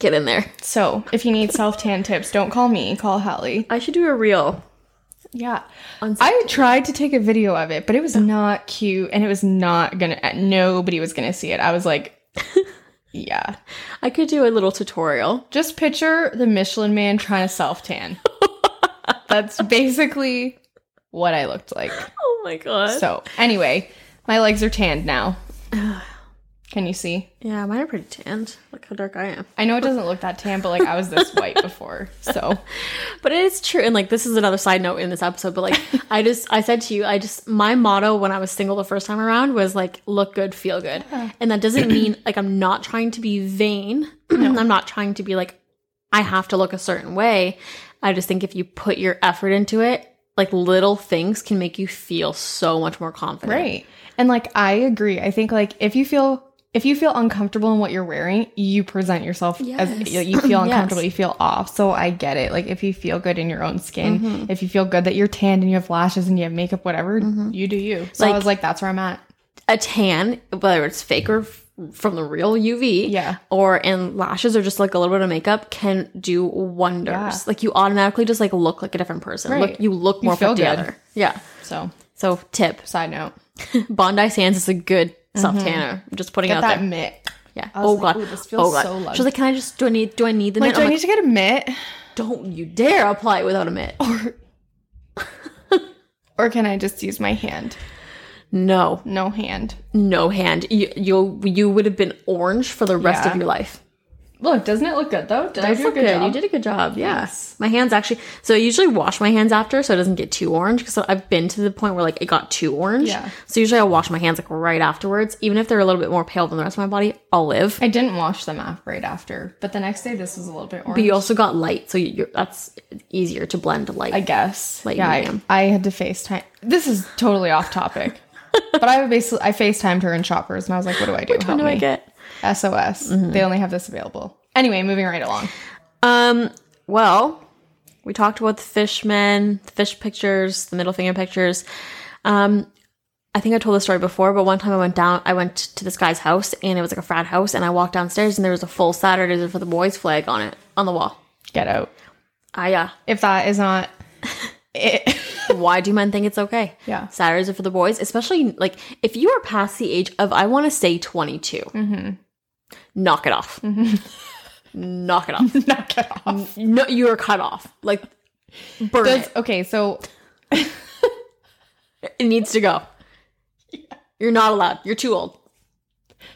Speaker 2: get in there.
Speaker 1: So if you need self tan tips, don't call me. Call Hallie.
Speaker 2: I should do a reel.
Speaker 1: Yeah.
Speaker 2: On
Speaker 1: I tried to take a video of it, but it was not cute, and it was not gonna. uh, Nobody was gonna see it. I was like, "Yeah."
Speaker 2: I could do a little tutorial.
Speaker 1: Just picture the Michelin man trying to self tan. That's basically what I looked like.
Speaker 2: Oh my god.
Speaker 1: So, anyway, my legs are tanned now. Can you see?
Speaker 2: yeah, mine are pretty tanned. Look how dark I am.
Speaker 1: I know it doesn't look that tan, but like I was this white before. So,
Speaker 2: But it is true, and like this is another side note in this episode. But like I just, I said to you, I just my motto when I was single the first time around was like look good, feel good, and that doesn't mean like I'm not trying to be vain. I'm not trying to be like I have to look a certain way. I just think if you put your effort into it, like little things can make you feel so much more confident.
Speaker 1: right. And like I agree. I think like if you feel if you feel uncomfortable in what you're wearing, you present yourself
Speaker 2: Yes.
Speaker 1: as you you feel
Speaker 2: Yes.
Speaker 1: uncomfortable, you feel off. So I get it. Like if you feel good in your own skin, if you feel good that you're tanned and you have lashes and you have makeup, whatever, you do you. So
Speaker 2: Like-
Speaker 1: I was Mm-hmm. like, that's where I'm at.
Speaker 2: a tan, whether it's fake or f- from the real UV,
Speaker 1: Yeah.
Speaker 2: or and lashes or just like a little bit of makeup can do wonders.
Speaker 1: Yeah.
Speaker 2: Like you automatically just like look like a different person. Look,
Speaker 1: Right.
Speaker 2: you look more
Speaker 1: feel
Speaker 2: put
Speaker 1: good.
Speaker 2: together. Yeah.
Speaker 1: So
Speaker 2: So tip,
Speaker 1: side note,
Speaker 2: Bondi Sands is a good self tanner. I'm just putting it
Speaker 1: Mm-hmm. get
Speaker 2: out
Speaker 1: that
Speaker 2: there.
Speaker 1: mitt.
Speaker 2: Yeah.
Speaker 1: I was
Speaker 2: Oh
Speaker 1: like,
Speaker 2: god.
Speaker 1: ooh, this
Speaker 2: oh
Speaker 1: feels
Speaker 2: god.
Speaker 1: so lush.
Speaker 2: She was like, "Can I just do I need do I need the
Speaker 1: Like,
Speaker 2: mitt?"
Speaker 1: do
Speaker 2: I'm
Speaker 1: I
Speaker 2: like,
Speaker 1: need to get a mitt,
Speaker 2: "Don't you dare apply it without a mitt."
Speaker 1: Oh. or can I just use my hand?
Speaker 2: No,
Speaker 1: No hand.
Speaker 2: no hand. You you you would have been orange for the rest
Speaker 1: Yeah.
Speaker 2: of your life.
Speaker 1: Look, doesn't it look good though? Did I
Speaker 2: Does
Speaker 1: do a
Speaker 2: look
Speaker 1: good job?
Speaker 2: You did a good job. Yes. My hands actually. So I usually wash my hands after, so it doesn't get too orange. Because I've been to the point where like it got too orange.
Speaker 1: Yeah.
Speaker 2: So usually I'll wash my hands like right afterwards, even if they're a little bit more pale than the rest of my body. I'll live.
Speaker 1: I didn't wash them off right after, but the next day this was a little bit orange.
Speaker 2: But you also got light, so you're, that's easier to blend light.
Speaker 1: I guess.
Speaker 2: Like
Speaker 1: yeah, I,
Speaker 2: medium.
Speaker 1: I had to FaceTime. This is totally off topic. but I basically I FaceTimed her in shoppers and I was like, what do I Mm-hmm. do? Which
Speaker 2: What do I get?
Speaker 1: SOS. They only have this available. Anyway, moving right along.
Speaker 2: Um. Well, we talked about the fishmen, the fish pictures, the middle finger pictures. Um, I think I told this story before, but one time I went down, I went to this guy's house, and it was like a frat house, and I walked downstairs, and there was a full Saturdays for the boys flag on it on the wall.
Speaker 1: Get out.
Speaker 2: Ah, yeah.
Speaker 1: If that is not it
Speaker 2: Why do men think it's okay?
Speaker 1: Yeah.
Speaker 2: Saturdays are for the boys, especially like if you are past the age of I want to say twenty Knock it off. knock it off.
Speaker 1: knock it off.
Speaker 2: no, you are cut off. Like burn it.
Speaker 1: Does, okay, so
Speaker 2: It needs to go. You're not allowed. You're too old.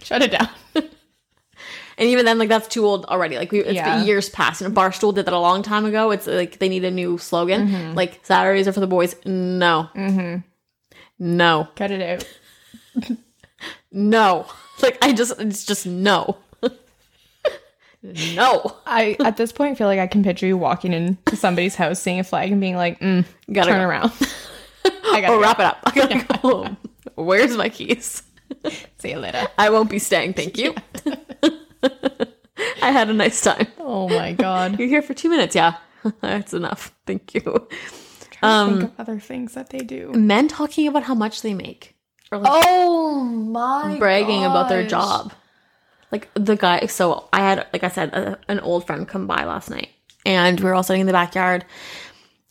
Speaker 1: shut it down.
Speaker 2: And even then, like that's too old already. Like we, it's
Speaker 1: Yeah.
Speaker 2: been years past. And Barstool did that a long time ago. It's like they need a new slogan.
Speaker 1: Mm-hmm.
Speaker 2: Like Saturdays are for the boys. No. Mm-hmm. No.
Speaker 1: Cut it out.
Speaker 2: No. Like I just, it's just no. no.
Speaker 1: I at this point feel like I can picture you walking into somebody's house, seeing a flag and being like, mm,
Speaker 2: Gotta
Speaker 1: turn
Speaker 2: go. Oh,
Speaker 1: around. I gotta
Speaker 2: Or
Speaker 1: go.
Speaker 2: wrap it up. I gotta go home. Where's my keys?
Speaker 1: see you later.
Speaker 2: I won't be staying. Thank you. I had a nice time.
Speaker 1: Oh my god.
Speaker 2: You're here for two minutes. Yeah. That's enough. Thank you. Um,
Speaker 1: think of other things that they do.
Speaker 2: men talking about how much they make or like
Speaker 1: Oh my
Speaker 2: bragging about their
Speaker 1: gosh.
Speaker 2: job like the guy so i had like i said a, an old friend come by last night and we were all sitting in the backyard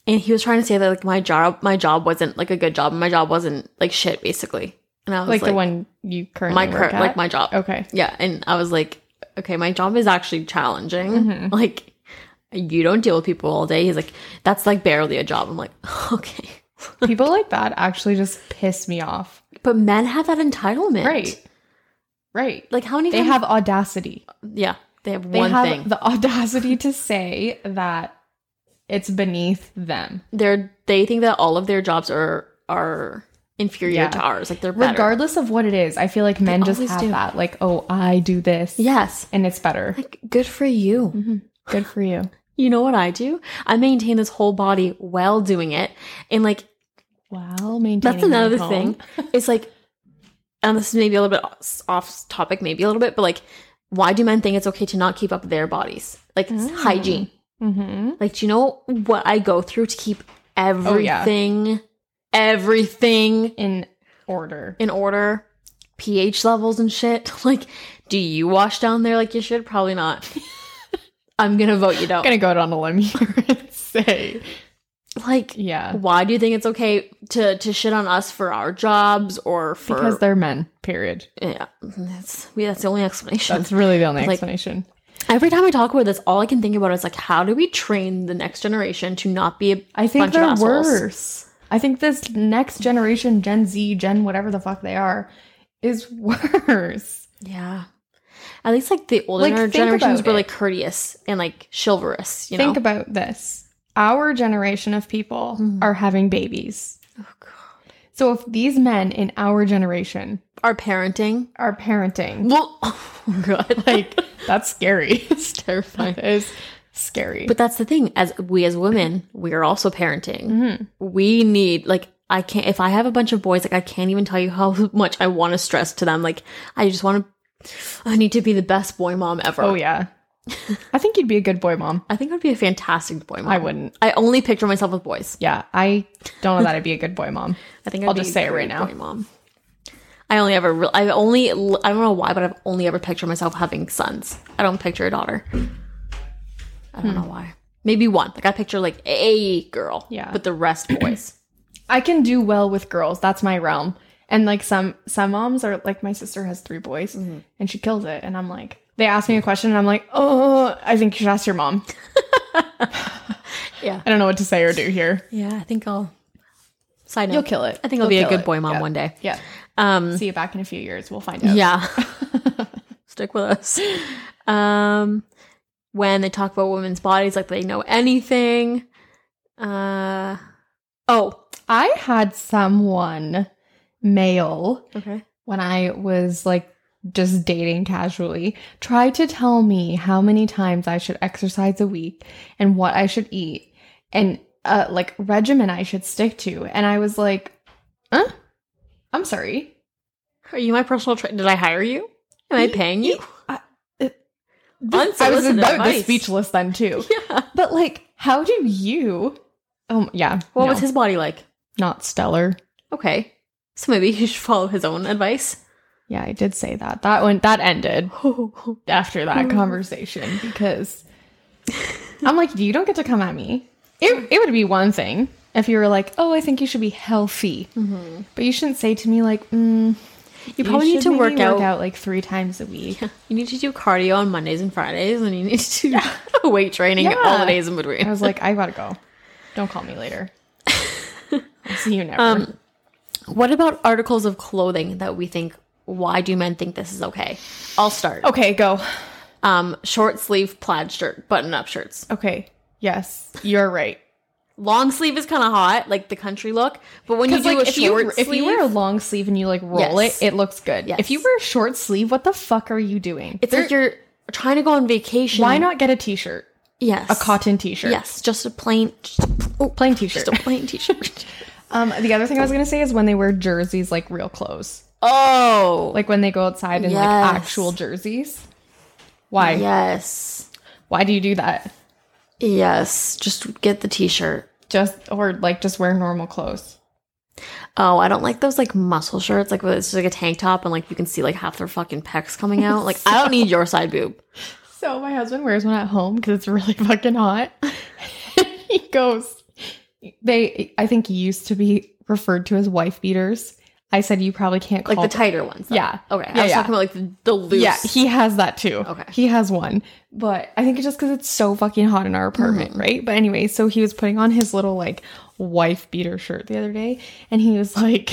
Speaker 2: and he was trying to say that like my job my job wasn't like a good job and my job wasn't like shit basically and i was
Speaker 1: Like,
Speaker 2: like,
Speaker 1: the one you currently
Speaker 2: my
Speaker 1: work
Speaker 2: cur-
Speaker 1: at?
Speaker 2: like my job
Speaker 1: Okay.
Speaker 2: yeah and i was like okay my job is actually challenging
Speaker 1: Mm-hmm.
Speaker 2: like you don't deal with people all day he's like that's like barely a job i'm like okay
Speaker 1: People like that actually just piss me off.
Speaker 2: but men have that entitlement
Speaker 1: Right. Right.
Speaker 2: like how many
Speaker 1: They
Speaker 2: times-
Speaker 1: have audacity.
Speaker 2: Yeah, they have
Speaker 1: They
Speaker 2: one
Speaker 1: have
Speaker 2: thing.
Speaker 1: the audacity to say that it's beneath them.
Speaker 2: They're they think that all of their jobs are are inferior
Speaker 1: Yeah.
Speaker 2: to ours. Like they're better.
Speaker 1: Regardless of what it is, I feel like men just
Speaker 2: always
Speaker 1: have
Speaker 2: do.
Speaker 1: that. Like, oh, I do this.
Speaker 2: yes.
Speaker 1: And it's better.
Speaker 2: Like good for you.
Speaker 1: Good for you.
Speaker 2: You know what I do? I maintain this whole body while doing it, and like
Speaker 1: Wow, maintaining.
Speaker 2: that's
Speaker 1: my
Speaker 2: another
Speaker 1: home.
Speaker 2: thing. It's like, and this is maybe a little bit off- off topic, maybe a little bit, but like, why do men think it's okay to not keep up their bodies? Like it's hygiene.
Speaker 1: Mhm.
Speaker 2: Like, do you know what I go through to keep Oh, everything, everything
Speaker 1: In order.
Speaker 2: in order, pH levels and shit. Like, do you wash down there like you should? Probably not. I'm gonna vote you
Speaker 1: I'm
Speaker 2: don't.
Speaker 1: gonna go out on a limb here and say,
Speaker 2: Like,
Speaker 1: yeah,
Speaker 2: why do you think it's okay to to shit on us for our jobs or for?
Speaker 1: because they're men. Period.
Speaker 2: yeah, that's we, that's the only explanation.
Speaker 1: That's really the only
Speaker 2: Like-
Speaker 1: explanation.
Speaker 2: Every time I talk about this, all I can think about is like, how do we train the next generation to not be a
Speaker 1: I think
Speaker 2: bunch of
Speaker 1: they're
Speaker 2: assholes?
Speaker 1: worse. I think this next generation, Gen Z, Gen whatever the fuck they are, is worse.
Speaker 2: Yeah. At least like the older
Speaker 1: Like, think
Speaker 2: generations
Speaker 1: about
Speaker 2: were
Speaker 1: it.
Speaker 2: like courteous and like chivalrous. You
Speaker 1: think
Speaker 2: know.
Speaker 1: about this. Our generation of people
Speaker 2: Mm-hmm.
Speaker 1: are having babies.
Speaker 2: oh, God.
Speaker 1: So if these men in our generation
Speaker 2: Our parenting.
Speaker 1: are parenting,
Speaker 2: Well, oh god,
Speaker 1: like that's scary.
Speaker 2: it's terrifying.
Speaker 1: that is scary.
Speaker 2: But that's the thing. As we as women, we are also parenting.
Speaker 1: Mhm.
Speaker 2: We need like I can't. If I have a bunch of boys, like I can't even tell you how much I want to stress to them. Like I just want to. I need to be the best boy mom ever.
Speaker 1: oh yeah, I think you'd be a good boy mom.
Speaker 2: I think I'd be a fantastic boy mom.
Speaker 1: I wouldn't.
Speaker 2: I only picture myself with boys.
Speaker 1: Yeah, I don't know that I'd be a good boy mom.
Speaker 2: I think I'd
Speaker 1: I'll
Speaker 2: be
Speaker 1: just
Speaker 2: a
Speaker 1: say it right
Speaker 2: great
Speaker 1: now.
Speaker 2: boy mom. I only ever. Re- I only. I don't know why, but I've only ever pictured myself having sons. I don't picture a daughter. I don't know why. Maybe one. Like I picture like a girl.
Speaker 1: Yeah.
Speaker 2: But the rest boys.
Speaker 1: I can do well with girls. That's my realm. And like some some moms are like my sister has three boys and she kills it. And I'm like, they ask me a question and I'm like, oh, I think you should ask your mom.
Speaker 2: Yeah.
Speaker 1: I don't know what to say or do here.
Speaker 2: Yeah, I think I'll. Side note,
Speaker 1: You'll kill it.
Speaker 2: I think I'll
Speaker 1: You'll
Speaker 2: be a
Speaker 1: kill
Speaker 2: good
Speaker 1: it.
Speaker 2: boy mom
Speaker 1: Yeah.
Speaker 2: one day.
Speaker 1: Yeah.
Speaker 2: Um,
Speaker 1: See you back in a few years. We'll find out.
Speaker 2: yeah. Stick with us. Um, when they talk about women's bodies, like they know anything. Uh, oh,
Speaker 1: I had someone male
Speaker 2: okay.
Speaker 1: when I was like just dating casually try to tell me how many times I should exercise a week and what I should eat and uh, like regimen I should stick to. And I was like, huh? I'm sorry.
Speaker 2: Are you my personal trainer? Did I hire you? Am I paying you?
Speaker 1: This- I was
Speaker 2: Unsolicited
Speaker 1: about to
Speaker 2: advice.
Speaker 1: speechless then too.
Speaker 2: Yeah.
Speaker 1: But like, how do you? Um, yeah.
Speaker 2: What
Speaker 1: no,
Speaker 2: was his body like?
Speaker 1: not stellar?
Speaker 2: Okay. So maybe he should follow his own advice.
Speaker 1: Yeah, I did say that. That one that ended
Speaker 2: Oh,
Speaker 1: after that conversation because I'm like, you don't get to come at me. It it would be one thing if you were like, oh, I think you should be healthy, but you shouldldn't say to me like, mm,
Speaker 2: you probably need
Speaker 1: should
Speaker 2: to
Speaker 1: maybe
Speaker 2: work, out.
Speaker 1: like three times a week.
Speaker 2: You need to do cardio on Mondays and Fridays, and you need to do weight training all the
Speaker 1: Yeah.
Speaker 2: days in between.
Speaker 1: I was like, I gotta go. Don't call me later. I'll see you never.
Speaker 2: What about articles of clothing that we think? Why do men think this is okay? I'll start.
Speaker 1: okay, go.
Speaker 2: Um, short sleeve plaid shirt, button up shirts.
Speaker 1: Okay. Yes, you're right.
Speaker 2: Long sleeve is kind of hot, like the country look. But when you
Speaker 1: Because
Speaker 2: do
Speaker 1: like
Speaker 2: a
Speaker 1: if
Speaker 2: short
Speaker 1: you
Speaker 2: sleeve,
Speaker 1: if you wear a long sleeve and you like roll
Speaker 2: Yes.
Speaker 1: it, it looks good.
Speaker 2: Yes.
Speaker 1: If you wear a short sleeve, what the fuck are you doing?
Speaker 2: it's like you're trying to go on vacation.
Speaker 1: Why not get a t-shirt,
Speaker 2: Yes,
Speaker 1: a cotton t-shirt?
Speaker 2: Yes, just a plain, just a pl- oh,
Speaker 1: plain t-shirt.
Speaker 2: just a plain t-shirt.
Speaker 1: Um, the other thing I was gonna say is when they wear jerseys, like real clothes,
Speaker 2: oh,
Speaker 1: like when they go outside in
Speaker 2: Yes.
Speaker 1: like actual jerseys. Why?
Speaker 2: yes,
Speaker 1: Why do you do that?
Speaker 2: yes. Just get the t-shirt.
Speaker 1: Just or like just wear normal clothes.
Speaker 2: Oh, I don't like those like muscle shirts. Like where it's just like a tank top and like you can see like half their fucking pecs coming out. Like I don't need your side boob.
Speaker 1: So my husband wears one at home because it's really fucking hot. he goes, they I think used to be referred to as wife beaters. I said you probably can't call
Speaker 2: Like the tighter ones. though.
Speaker 1: Yeah.
Speaker 2: Okay. I
Speaker 1: Yeah,
Speaker 2: was
Speaker 1: yeah.
Speaker 2: talking about like the, the loose.
Speaker 1: Yeah, he has that too.
Speaker 2: Okay.
Speaker 1: He has one. But I think it's just because it's so fucking hot in our apartment, right? But anyway, so he was putting on his little like wife beater shirt the other day and he was like,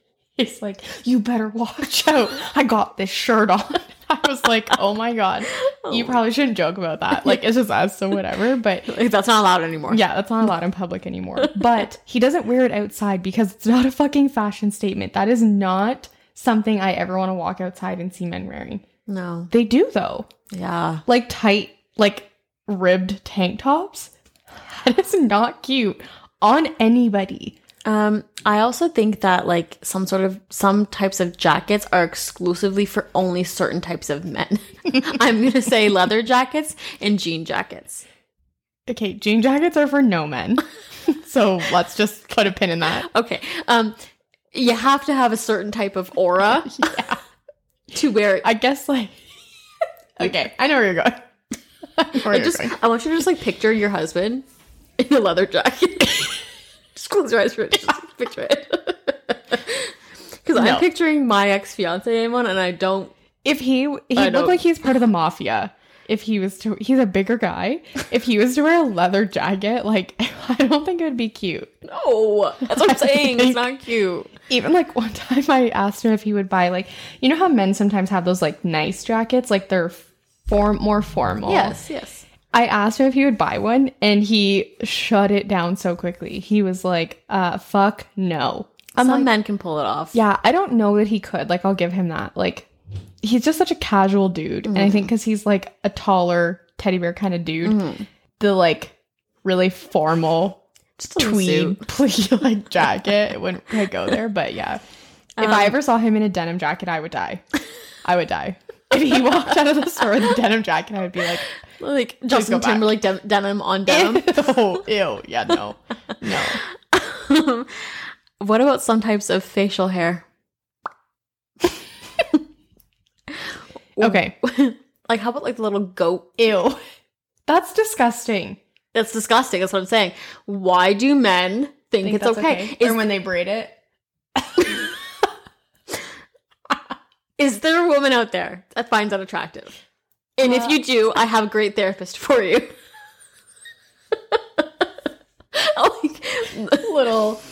Speaker 1: he's like, you better watch out. I got this shirt on. I was like, oh my God. You probably shouldn't joke about that. Like, it's just us, so whatever. But
Speaker 2: Like, that's not allowed anymore.
Speaker 1: yeah, that's not allowed in public anymore. But he doesn't wear it outside because it's not a fucking fashion statement. That is not something I ever want to walk outside and see men wearing.
Speaker 2: No.
Speaker 1: They do though.
Speaker 2: Yeah.
Speaker 1: Like tight, like ribbed tank tops. That is not cute on anybody.
Speaker 2: Um, I also think that like some sort of some types of jackets are exclusively for only certain types of men. I'm gonna say leather jackets and jean jackets.
Speaker 1: Okay, jean jackets are for no men. so let's just put a pin in that.
Speaker 2: Okay. Um, you have to have a certain type of aura to wear it.
Speaker 1: I guess like Okay, I know where you're going. I, know where
Speaker 2: I
Speaker 1: you're
Speaker 2: just
Speaker 1: going.
Speaker 2: I want you to just like picture your husband in a leather jacket. just close your eyes for it. Just picture it. Because I'm
Speaker 1: No.
Speaker 2: picturing my ex fiance in one, and I don't.
Speaker 1: if he he
Speaker 2: I
Speaker 1: looked
Speaker 2: know.
Speaker 1: like he's part of the mafia. If he was to he's a bigger guy. If he was to wear a leather jacket, like I don't think it would be cute.
Speaker 2: No, that's what I'm saying. It's not cute.
Speaker 1: Even like one time I asked him if he would buy like you know how men sometimes have those like nice jackets like they're form more formal.
Speaker 2: yes.
Speaker 1: I asked him if he would buy one and he shut it down so quickly. He was like, "Uh fuck no." I'm
Speaker 2: Some
Speaker 1: like,
Speaker 2: men can pull it off.
Speaker 1: yeah, I don't know that he could. Like I'll give him that. Like he's just such a casual dude and I think cuz he's like a taller teddy bear kind of dude, the like really formal
Speaker 2: just a little
Speaker 1: tweed
Speaker 2: suit.
Speaker 1: pleat like jacket. It wouldn't quite go there, but yeah. If
Speaker 2: Um,
Speaker 1: I ever saw him in a denim jacket, I would die. I would die. If he walked out of the store with a denim jacket, I would be like,
Speaker 2: like Justin
Speaker 1: go back.
Speaker 2: Timberlake den- denim on denim.
Speaker 1: oh, ew, yeah, no, no.
Speaker 2: what about some types of facial hair?
Speaker 1: Okay,
Speaker 2: Like how about like the little goat?
Speaker 1: ew, that's disgusting.
Speaker 2: That's disgusting. That's what I'm saying. Why do men think, it's okay? Is,
Speaker 1: Or when they braid it.
Speaker 2: is there a woman out there that finds that attractive? And if you do, I have a great therapist for you. like,
Speaker 1: Little.
Speaker 2: Um,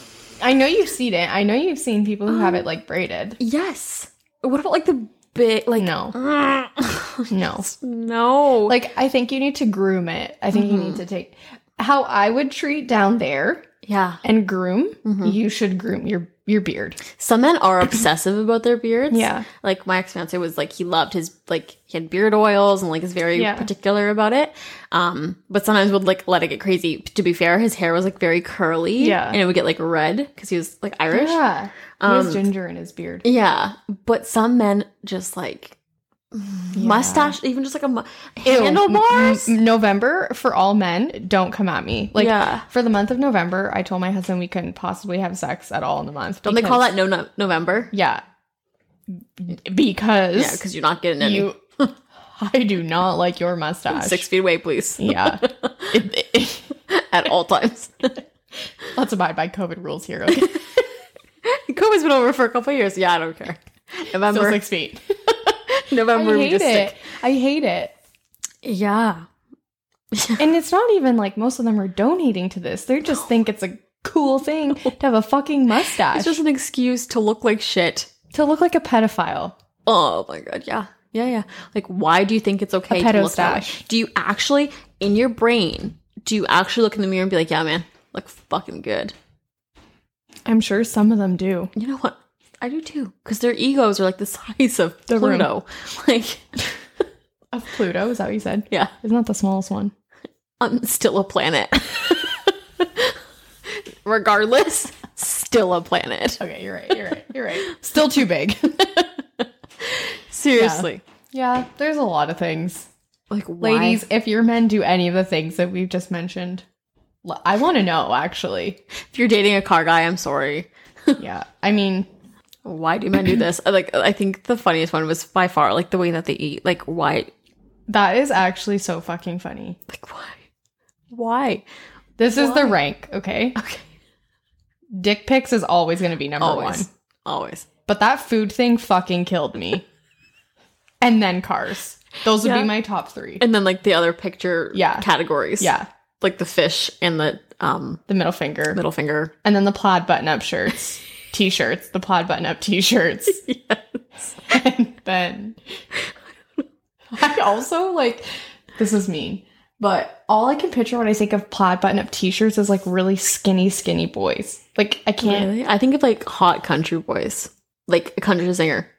Speaker 1: I know you've seen it. I know you've seen people who have it like braided.
Speaker 2: yes. What about like the big like um,
Speaker 1: No.
Speaker 2: no.
Speaker 1: No.
Speaker 2: Like
Speaker 1: Like I think you need to groom it. I think you need
Speaker 2: Mhm.
Speaker 1: to take how I would treat down there
Speaker 2: yeah.
Speaker 1: and groom.
Speaker 2: Mhm.
Speaker 1: You should groom your your beard.
Speaker 2: Some men are obsessive about their beards.
Speaker 1: Yeah.
Speaker 2: Like my ex fiance was like he loved his like he had beard oils and like is very
Speaker 1: Yeah.
Speaker 2: particular about it. Um, but sometimes would like let it get crazy. To be fair, his hair was like very curly.
Speaker 1: Yeah.
Speaker 2: And it would get like red because he was like Irish.
Speaker 1: Yeah. he
Speaker 2: Um,
Speaker 1: has ginger in his beard.
Speaker 2: Yeah, but some men just like mustache, even just like a mu-
Speaker 1: Ew.
Speaker 2: handlebars.
Speaker 1: M- November for all men, don't come at me. Like
Speaker 2: yeah,
Speaker 1: for the month of November, I told my husband we couldn't possibly have sex at all in the month.
Speaker 2: don't they call
Speaker 1: because-
Speaker 2: that no, no November?
Speaker 1: Yeah. Because
Speaker 2: Yeah, because you're not getting any.
Speaker 1: you I do not like your mustache.
Speaker 2: Six feet away, please,
Speaker 1: Yeah. It- it-
Speaker 2: at all times.
Speaker 1: let's abide by COVID rules here. Okay.
Speaker 2: COVID's been over for a couple of years. Yeah, I don't care.
Speaker 1: Still
Speaker 2: November,
Speaker 1: six feet.
Speaker 2: November,
Speaker 1: I
Speaker 2: we
Speaker 1: hate
Speaker 2: just
Speaker 1: it.
Speaker 2: sick.
Speaker 1: I hate it.
Speaker 2: Yeah,
Speaker 1: And it's not even like most of them are donating to this. They just think it's a cool thing to have a fucking mustache.
Speaker 2: it's just an excuse to look like shit.
Speaker 1: to look like a pedophile.
Speaker 2: Oh my god, yeah. Yeah, yeah. Like why do you think it's okay to
Speaker 1: pedo
Speaker 2: look that way?
Speaker 1: stash.
Speaker 2: Do you actually in your brain, do you actually look in the mirror and be like, "Yeah, man, look fucking good."
Speaker 1: I'm sure some of them do.
Speaker 2: You know what? I do too cuz their egos are like the size of
Speaker 1: The room.
Speaker 2: Pluto. Like,
Speaker 1: Of Pluto, is that what you said?
Speaker 2: yeah,
Speaker 1: Isn't that the smallest one?
Speaker 2: I'm still a planet. Regardless, still a planet.
Speaker 1: Okay, you're right. You're right. You're right. Still too big.
Speaker 2: Seriously.
Speaker 1: yeah, there's a lot of things.
Speaker 2: Like why?
Speaker 1: Ladies, if your men do any of the things that we've just mentioned, l- I want to know actually.
Speaker 2: if you're dating a car guy, I'm sorry.
Speaker 1: Yeah. I mean,
Speaker 2: Why do men do this? Uh, Like I think the funniest one was by far like the way that they eat. Like why
Speaker 1: that is actually so fucking funny.
Speaker 2: Like why? Why?
Speaker 1: This is the rank, okay?
Speaker 2: Okay.
Speaker 1: Dick pics is always going to be number
Speaker 2: Always.
Speaker 1: one.
Speaker 2: Always.
Speaker 1: But that food thing fucking killed me. and then cars. Those would
Speaker 2: Yeah.
Speaker 1: be my top three.
Speaker 2: And then like the other picture
Speaker 1: Yeah.
Speaker 2: categories.
Speaker 1: Yeah.
Speaker 2: Like the fish and the um
Speaker 1: The middle finger.
Speaker 2: middle finger.
Speaker 1: And then the plaid button up shirts. T shirts. The plaid button up t shirts. and then I also like this is mean. But all I can picture when I think of plaid button up t shirts is like really skinny, skinny boys. Like I can't
Speaker 2: Really? I think of like hot country boys. Like a country singer.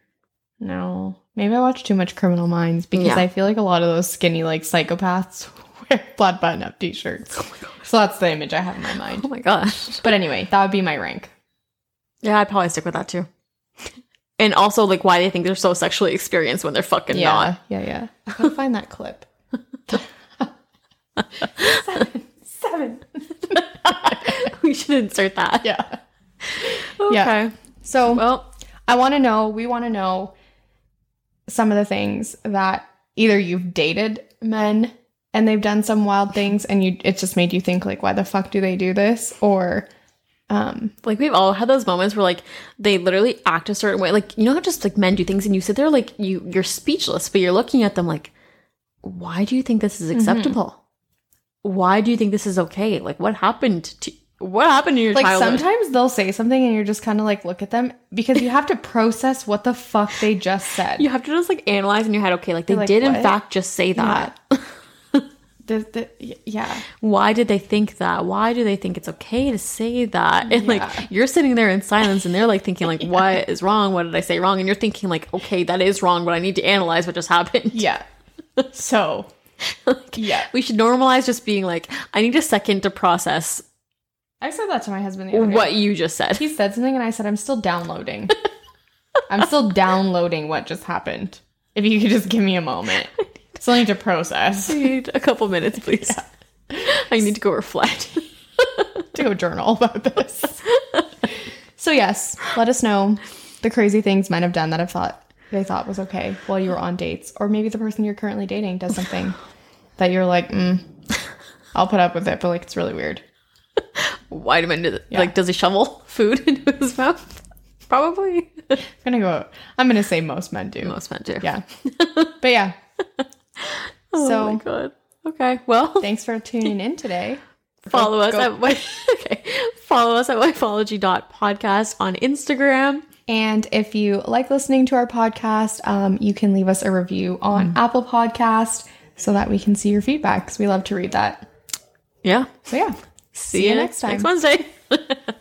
Speaker 1: No. Maybe I watch too much Criminal Minds because
Speaker 2: Yeah.
Speaker 1: I feel like a lot of those skinny, like psychopaths wear plaid button up t shirts. so that's the image I have in my
Speaker 2: Oh
Speaker 1: mind.
Speaker 2: my gosh.
Speaker 1: But anyway, that would be my rank.
Speaker 2: Yeah, I'd probably stick with that too. And also like why they think they're so sexually experienced when they're fucking
Speaker 1: yeah.
Speaker 2: not.
Speaker 1: Yeah, yeah. I gotta find that clip. seven. Seven.
Speaker 2: we should insert that.
Speaker 1: Yeah.
Speaker 2: Okay.
Speaker 1: Yeah. So
Speaker 2: Well,
Speaker 1: I want to know, we want to know some of the things that either you've dated men and they've done some wild things and you it just made you think like why the fuck do they do this or um
Speaker 2: like we've all had those moments where like they literally act a certain way like you know how just like men do things and you sit there like you you're speechless but you're looking at them like why do you think this
Speaker 1: Mm-hmm.
Speaker 2: is acceptable why do you think this is okay like what happened to what happened to your
Speaker 1: like
Speaker 2: childhood
Speaker 1: sometimes they'll say something and you're just kind of like look at them because you have to process what the fuck they just said.
Speaker 2: you have to just like analyze in your head okay like they
Speaker 1: You're like,
Speaker 2: did in
Speaker 1: what?
Speaker 2: fact just say that
Speaker 1: The- the- y- yeah.
Speaker 2: why did they think that why do they think it's okay to say that and like you're sitting there in silence and they're like thinking like what is wrong what did i say wrong and you're thinking like okay that is wrong but i need to analyze what just happened
Speaker 1: Yeah. So yeah.
Speaker 2: We should normalize just being like, I need a second to process
Speaker 1: I said that to my husband the other day.
Speaker 2: what you just said.
Speaker 1: He said something and I said, I'm still downloading. I'm still downloading what just happened. If you could just give me a moment. Still need to process.
Speaker 2: I need a couple minutes, please. I need to go reflect.
Speaker 1: To go journal about this. so yes, let us know the crazy things men have done that have thought they thought was okay while you were on dates. Or maybe the person you're currently dating does something that you're like, mm, I'll put up with it, but like it's really weird.
Speaker 2: Why do men do that?
Speaker 1: Yeah.
Speaker 2: Like, does he shovel food into his mouth? Probably.
Speaker 1: I'm gonna go I'm gonna say most men do.
Speaker 2: Most men do.
Speaker 1: Yeah. but yeah.
Speaker 2: Oh
Speaker 1: so
Speaker 2: my god. Okay. Well,
Speaker 1: thanks for tuning in today.
Speaker 2: Follow us
Speaker 1: Go.
Speaker 2: at wi- okay. Follow us at wifology.podcast on Instagram.
Speaker 1: And if you like listening to our podcast, um, you can leave us a review on
Speaker 2: Mm.
Speaker 1: Apple Podcast so that we can see your feedback because we love to read that.
Speaker 2: Yeah.
Speaker 1: So yeah,
Speaker 2: See,
Speaker 1: you
Speaker 2: ya
Speaker 1: next time.
Speaker 2: Next Wednesday.